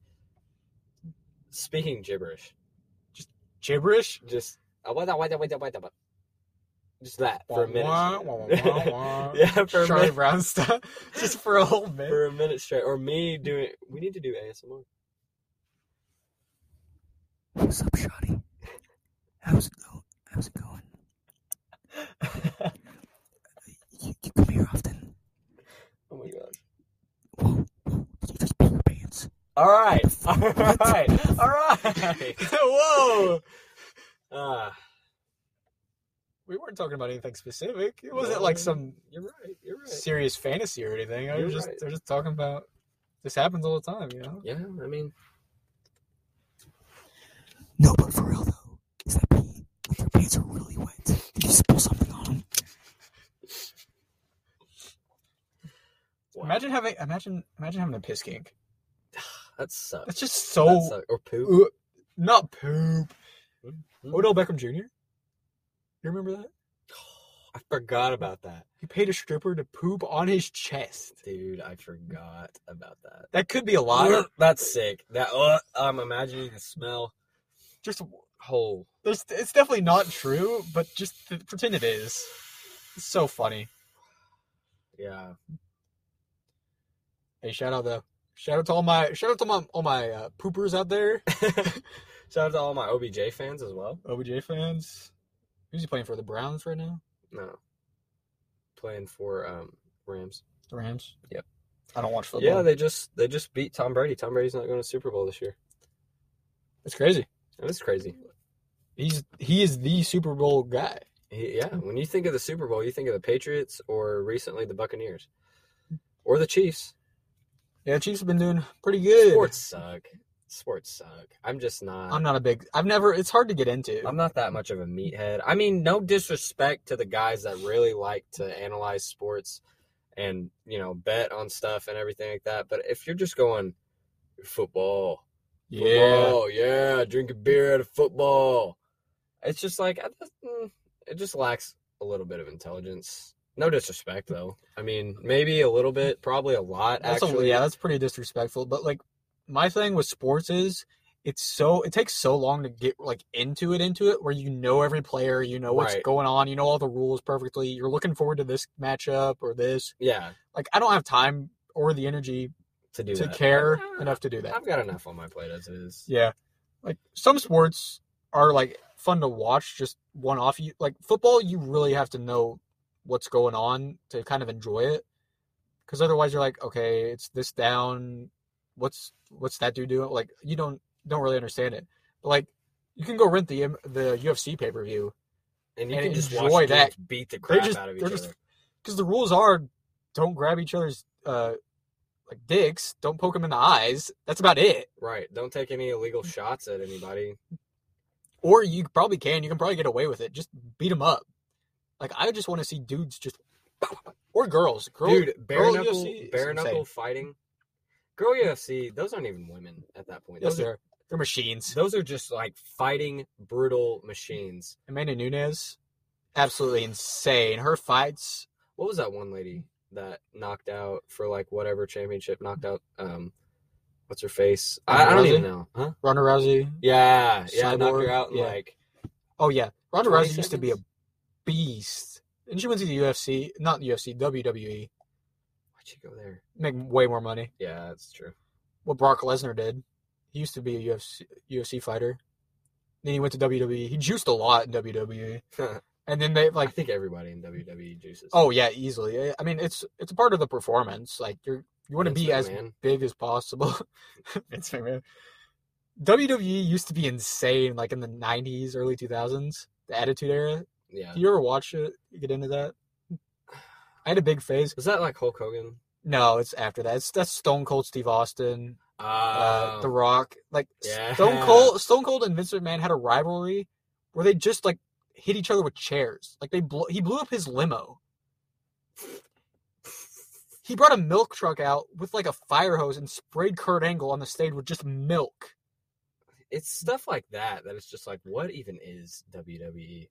[SPEAKER 2] speaking gibberish.
[SPEAKER 1] Gibberish?
[SPEAKER 2] Just uh, wada, wada, wada, wada, wada. just that for a
[SPEAKER 1] Wah, wah, wah, wah,
[SPEAKER 2] minute.
[SPEAKER 1] wah, wah.
[SPEAKER 2] yeah, for a
[SPEAKER 1] Charlie
[SPEAKER 2] minute,
[SPEAKER 1] Brown stuff. Just for a whole minute.
[SPEAKER 2] for a minute straight. Or me doing. We need to do ASMR.
[SPEAKER 3] What's up, Shotty? How's it going? How's it going? You, you come here often.
[SPEAKER 2] Oh my gosh.
[SPEAKER 3] Whoa, whoa, did you just pee your pants?
[SPEAKER 2] All right. All right. All right.
[SPEAKER 1] Whoa!
[SPEAKER 2] Ah,
[SPEAKER 1] We weren't talking about anything specific. It wasn't like
[SPEAKER 2] No.
[SPEAKER 1] some
[SPEAKER 2] you're right. You're right.
[SPEAKER 1] serious fantasy or anything. I
[SPEAKER 2] You're
[SPEAKER 1] was just
[SPEAKER 2] right.
[SPEAKER 1] they're just talking about this happens all the time, you know?
[SPEAKER 2] yeah, I mean,
[SPEAKER 3] No, but for real though, is that pee? Like your pants are really wet. Did you spill something on them?
[SPEAKER 2] wow.
[SPEAKER 1] Imagine having imagine imagine having a piss kink.
[SPEAKER 2] that sucks.
[SPEAKER 1] That's just
[SPEAKER 2] That
[SPEAKER 1] so
[SPEAKER 2] sucks. Or poop.
[SPEAKER 1] Ooh, not poop.
[SPEAKER 2] Hmm.
[SPEAKER 1] Odell Beckham Jr. You remember that?
[SPEAKER 2] I forgot about that,
[SPEAKER 1] He paid a stripper to poop on his chest.
[SPEAKER 2] dude. I forgot about that.
[SPEAKER 1] That could be a lot.
[SPEAKER 2] Ugh, That's sick. That uh, I'm imagining the smell.
[SPEAKER 1] just
[SPEAKER 2] Whole.
[SPEAKER 1] there's, it's definitely not true, but just th- pretend it is. It's so funny.
[SPEAKER 2] Yeah.
[SPEAKER 1] Hey, shout out though. Shout out to all my shout out to my, all my uh, poopers out there,
[SPEAKER 2] Shout out to all my OBJ fans as well.
[SPEAKER 1] OBJ fans. Who's he playing for? The Browns right now?
[SPEAKER 2] No. Playing for um Rams.
[SPEAKER 1] The Rams.
[SPEAKER 2] Yep.
[SPEAKER 1] I don't watch football.
[SPEAKER 2] Yeah, they just they just beat Tom Brady. Tom Brady's not going to Super Bowl this year.
[SPEAKER 1] it's crazy.
[SPEAKER 2] That is crazy.
[SPEAKER 1] He's he is the Super Bowl guy.
[SPEAKER 2] He, yeah, when you think of the Super Bowl, you think of the Patriots or recently the Buccaneers or the Chiefs.
[SPEAKER 1] Yeah, Chiefs have been doing pretty good.
[SPEAKER 2] Sports suck. Sports suck. I'm just not.
[SPEAKER 1] I'm not a big. I've never. It's hard to get into.
[SPEAKER 2] I'm not that much of a meathead. I mean, no disrespect to the guys that really like to analyze sports and, you know, bet on stuff and everything like that. But if you're just going football, football, yeah, drinking beer at a football, it's just like, I just- mm, it just lacks a little bit of intelligence. No disrespect, though. I mean, maybe a little bit, probably a lot,
[SPEAKER 1] That's a-
[SPEAKER 2] actually.
[SPEAKER 1] yeah, that's pretty disrespectful. But like, my thing with sports is it's so it takes so long to get like into it, into it, where you know every player, you know what's
[SPEAKER 2] Right.
[SPEAKER 1] going on, you know all the rules perfectly. You're looking forward to this matchup or this.
[SPEAKER 2] yeah,
[SPEAKER 1] Like, I don't have time or the energy
[SPEAKER 2] to do
[SPEAKER 1] to
[SPEAKER 2] that.
[SPEAKER 1] care
[SPEAKER 2] Ah,
[SPEAKER 1] enough to do that.
[SPEAKER 2] I've got enough on my plate as it is.
[SPEAKER 1] Yeah. Like some sports are like fun to watch, just one off. You like football, you really have to know what's going on to kind of enjoy it. Cause otherwise you're like, okay, it's this down. What's what's that dude doing? Like you don't don't really understand it. But like you can go rent the M- the UFC pay per view
[SPEAKER 2] and you
[SPEAKER 1] and
[SPEAKER 2] can just
[SPEAKER 1] enjoy
[SPEAKER 2] watch
[SPEAKER 1] that.
[SPEAKER 2] that beat the
[SPEAKER 1] They're
[SPEAKER 2] crap
[SPEAKER 1] just
[SPEAKER 2] out of each
[SPEAKER 1] they're
[SPEAKER 2] other.
[SPEAKER 1] just because the rules are don't grab each other's uh like dicks, don't poke them in the eyes. That's about it.
[SPEAKER 2] Right. Don't take any illegal shots at anybody.
[SPEAKER 1] or you probably can. You can probably get away with it. Just beat them up. Like I just want to see dudes just or girls. Girl,
[SPEAKER 2] Dude, bare
[SPEAKER 1] girl
[SPEAKER 2] knuckle,
[SPEAKER 1] UFC is
[SPEAKER 2] bare
[SPEAKER 1] insane.
[SPEAKER 2] knuckle fighting. Girl UFC, those aren't even women at that point.
[SPEAKER 1] Yes,
[SPEAKER 2] Those
[SPEAKER 1] they're,
[SPEAKER 2] are
[SPEAKER 1] they're machines.
[SPEAKER 2] those are just like fighting brutal machines.
[SPEAKER 1] Amanda Nunes, absolutely insane. Her fights.
[SPEAKER 2] What was that one lady that knocked out for like whatever championship knocked out um what's her face? I, I don't
[SPEAKER 1] Ronda
[SPEAKER 2] even know. Huh?
[SPEAKER 1] Ronda Rousey.
[SPEAKER 2] Yeah, yeah, knocked
[SPEAKER 1] Cyborg,
[SPEAKER 2] her out in
[SPEAKER 1] yeah.
[SPEAKER 2] like
[SPEAKER 1] Oh yeah, Ronda
[SPEAKER 2] 20
[SPEAKER 1] Rousey used to be a
[SPEAKER 2] seconds?
[SPEAKER 1] beast, and she went to the UFC, not UFC, WWE,
[SPEAKER 2] why'd she go there?
[SPEAKER 1] E. make way more money.
[SPEAKER 2] Yeah, that's true.
[SPEAKER 1] What Brock Lesnar did, he used to be a UFC UFC fighter. Then he went to WWE. He juiced a lot in WWE, and then they like
[SPEAKER 2] I think everybody in WWE juices.
[SPEAKER 1] Oh yeah, easily. I- I mean, it's it's a part of the performance. Like you're you want to
[SPEAKER 2] Vince
[SPEAKER 1] be as
[SPEAKER 2] McMahon.
[SPEAKER 1] big as possible. Vince McMahon. WWE used to be insane, like in the '90s, early 2000s, the Attitude Era.
[SPEAKER 2] yeah.
[SPEAKER 1] Do you ever watch it? You get into that? I had a big phase.
[SPEAKER 2] Was that like Hulk Hogan?
[SPEAKER 1] No, it's after that. It's that's Stone Cold Steve Austin, uh,
[SPEAKER 2] Uh,
[SPEAKER 1] The Rock. Like Stone
[SPEAKER 2] yeah.
[SPEAKER 1] Cold, Stone Cold and Vince McMahon had a rivalry where they just like hit each other with chairs. Like they blew, he blew up his limo. He brought a milk truck out with like a fire hose and sprayed Kurt Angle on the stage with just milk.
[SPEAKER 2] it's stuff like that that it's just like, what even is WWE?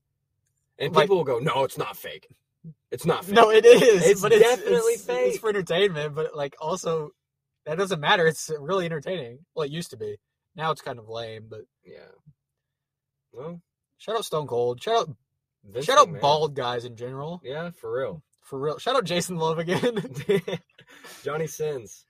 [SPEAKER 2] And
[SPEAKER 1] Like-
[SPEAKER 2] people will go, no, it's not fake. It's not fake.
[SPEAKER 1] No, it is.
[SPEAKER 2] It's
[SPEAKER 1] but it's,
[SPEAKER 2] definitely
[SPEAKER 1] it's, It's
[SPEAKER 2] fake.
[SPEAKER 1] for entertainment, but like also that doesn't matter. It's really entertaining. Well, it used to be. Now it's kind of lame, but
[SPEAKER 2] Yeah. Well,
[SPEAKER 1] shout out Stone Cold. Shout out
[SPEAKER 2] Vince
[SPEAKER 1] shout out
[SPEAKER 2] McMahon.
[SPEAKER 1] bald guys in general.
[SPEAKER 2] Yeah, for real.
[SPEAKER 1] For real. Shout out Jason Love again.
[SPEAKER 2] Johnny Sins.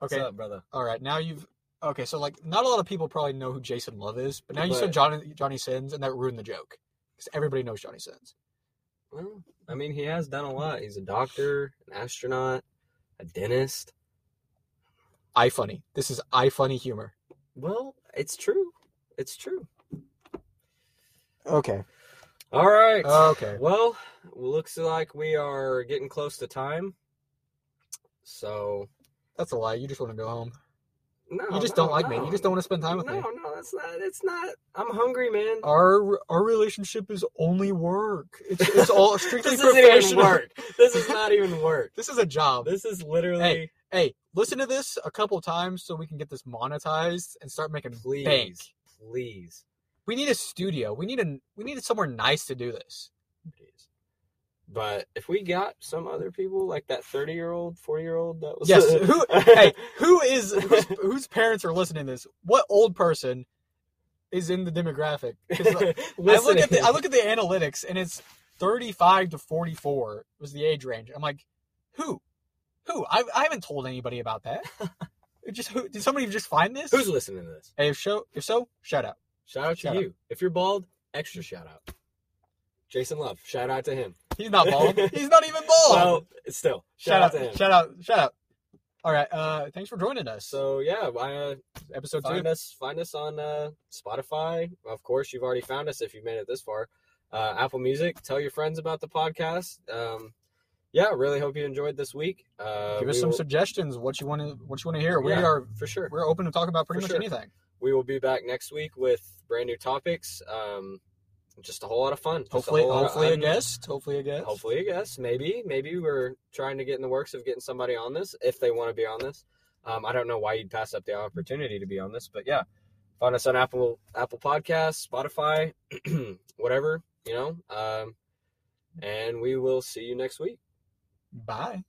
[SPEAKER 1] okay.
[SPEAKER 2] What's up, brother?
[SPEAKER 1] All right. Now you've Okay, so like not a lot of people probably know who Jason Love is, but now you said
[SPEAKER 2] But-
[SPEAKER 1] Johnny Johnny Sins and that ruined the joke. Cuz everybody knows Johnny Sins.
[SPEAKER 2] Well, I mean, he has done a lot. He's a doctor, an astronaut, a dentist.
[SPEAKER 1] I funny. This is I funny humor.
[SPEAKER 2] Well, it's true. It's true.
[SPEAKER 1] Okay.
[SPEAKER 2] All right.
[SPEAKER 1] Okay.
[SPEAKER 2] Well, looks like we are getting close to time. So
[SPEAKER 1] That's a lie. You just want to go home.
[SPEAKER 2] no,
[SPEAKER 1] You just
[SPEAKER 2] no,
[SPEAKER 1] don't like me. You
[SPEAKER 2] no.
[SPEAKER 1] just don't want to spend time with
[SPEAKER 2] no,
[SPEAKER 1] me. Oh.
[SPEAKER 2] no, that's not. It's not. I'm hungry, man.
[SPEAKER 1] Our our relationship is only work. It's it's all strictly
[SPEAKER 2] this
[SPEAKER 1] professional.
[SPEAKER 2] isn't even work. This is not even work.
[SPEAKER 1] This is a job.
[SPEAKER 2] This is literally.
[SPEAKER 1] Hey, Hey, listen to this a couple times so we can get this monetized and start making
[SPEAKER 2] please,
[SPEAKER 1] bank.
[SPEAKER 2] please.
[SPEAKER 1] We need a studio. We need a we need somewhere nice to do this.
[SPEAKER 2] Jeez. But if we got some other people like that thirty-year-old, forty-year-old, that was
[SPEAKER 1] Yes, who- hey, Who is whose, whose parents are listening to this? What old person is in the demographic? 'Cause, like, I look at the I look at the analytics and it's 35 to 44 was the age range. I'm like, who? Who? I, I haven't told anybody about that. It just who, did somebody just find this?
[SPEAKER 2] Who's listening to this?
[SPEAKER 1] hey, if so, if so, shout out.
[SPEAKER 2] Shout out to
[SPEAKER 1] Shout out.
[SPEAKER 2] you. If you're bald, extra shout out. Jason Love, shout out to him.
[SPEAKER 1] He's not bald. He's not even bald.
[SPEAKER 2] Well, still, shout, out, to him.
[SPEAKER 1] Oh. Shout out. Shout out. All right. Uh, thanks for joining us. So
[SPEAKER 2] So yeah, I, uh,
[SPEAKER 1] episode two.
[SPEAKER 2] find us find us on uh, Spotify. Of course, you've already found us if you made it this far. Uh, Apple Music. Tell your friends about the podcast. Um, yeah, really hope you enjoyed this week. Uh,
[SPEAKER 1] Give us
[SPEAKER 2] we
[SPEAKER 1] some
[SPEAKER 2] will-
[SPEAKER 1] suggestions. What you want to what you want to hear. We
[SPEAKER 2] Yeah.
[SPEAKER 1] are
[SPEAKER 2] for sure.
[SPEAKER 1] we're open to talk about pretty
[SPEAKER 2] For
[SPEAKER 1] much
[SPEAKER 2] sure.
[SPEAKER 1] anything.
[SPEAKER 2] We will be back next week with brand new topics. Um, just a whole lot of fun. Just a
[SPEAKER 1] Hopefully,
[SPEAKER 2] whole lot of
[SPEAKER 1] hopefully a
[SPEAKER 2] un-
[SPEAKER 1] guest. Hopefully a guest.
[SPEAKER 2] Hopefully, I guess maybe maybe we're trying to get in the works of getting somebody on this if they want to be on this. Um, I don't know why you'd pass up the opportunity to be on this, but yeah, find us on Apple Apple Podcasts, Spotify, whatever you know. Um, and we will see you next week.
[SPEAKER 1] Bye.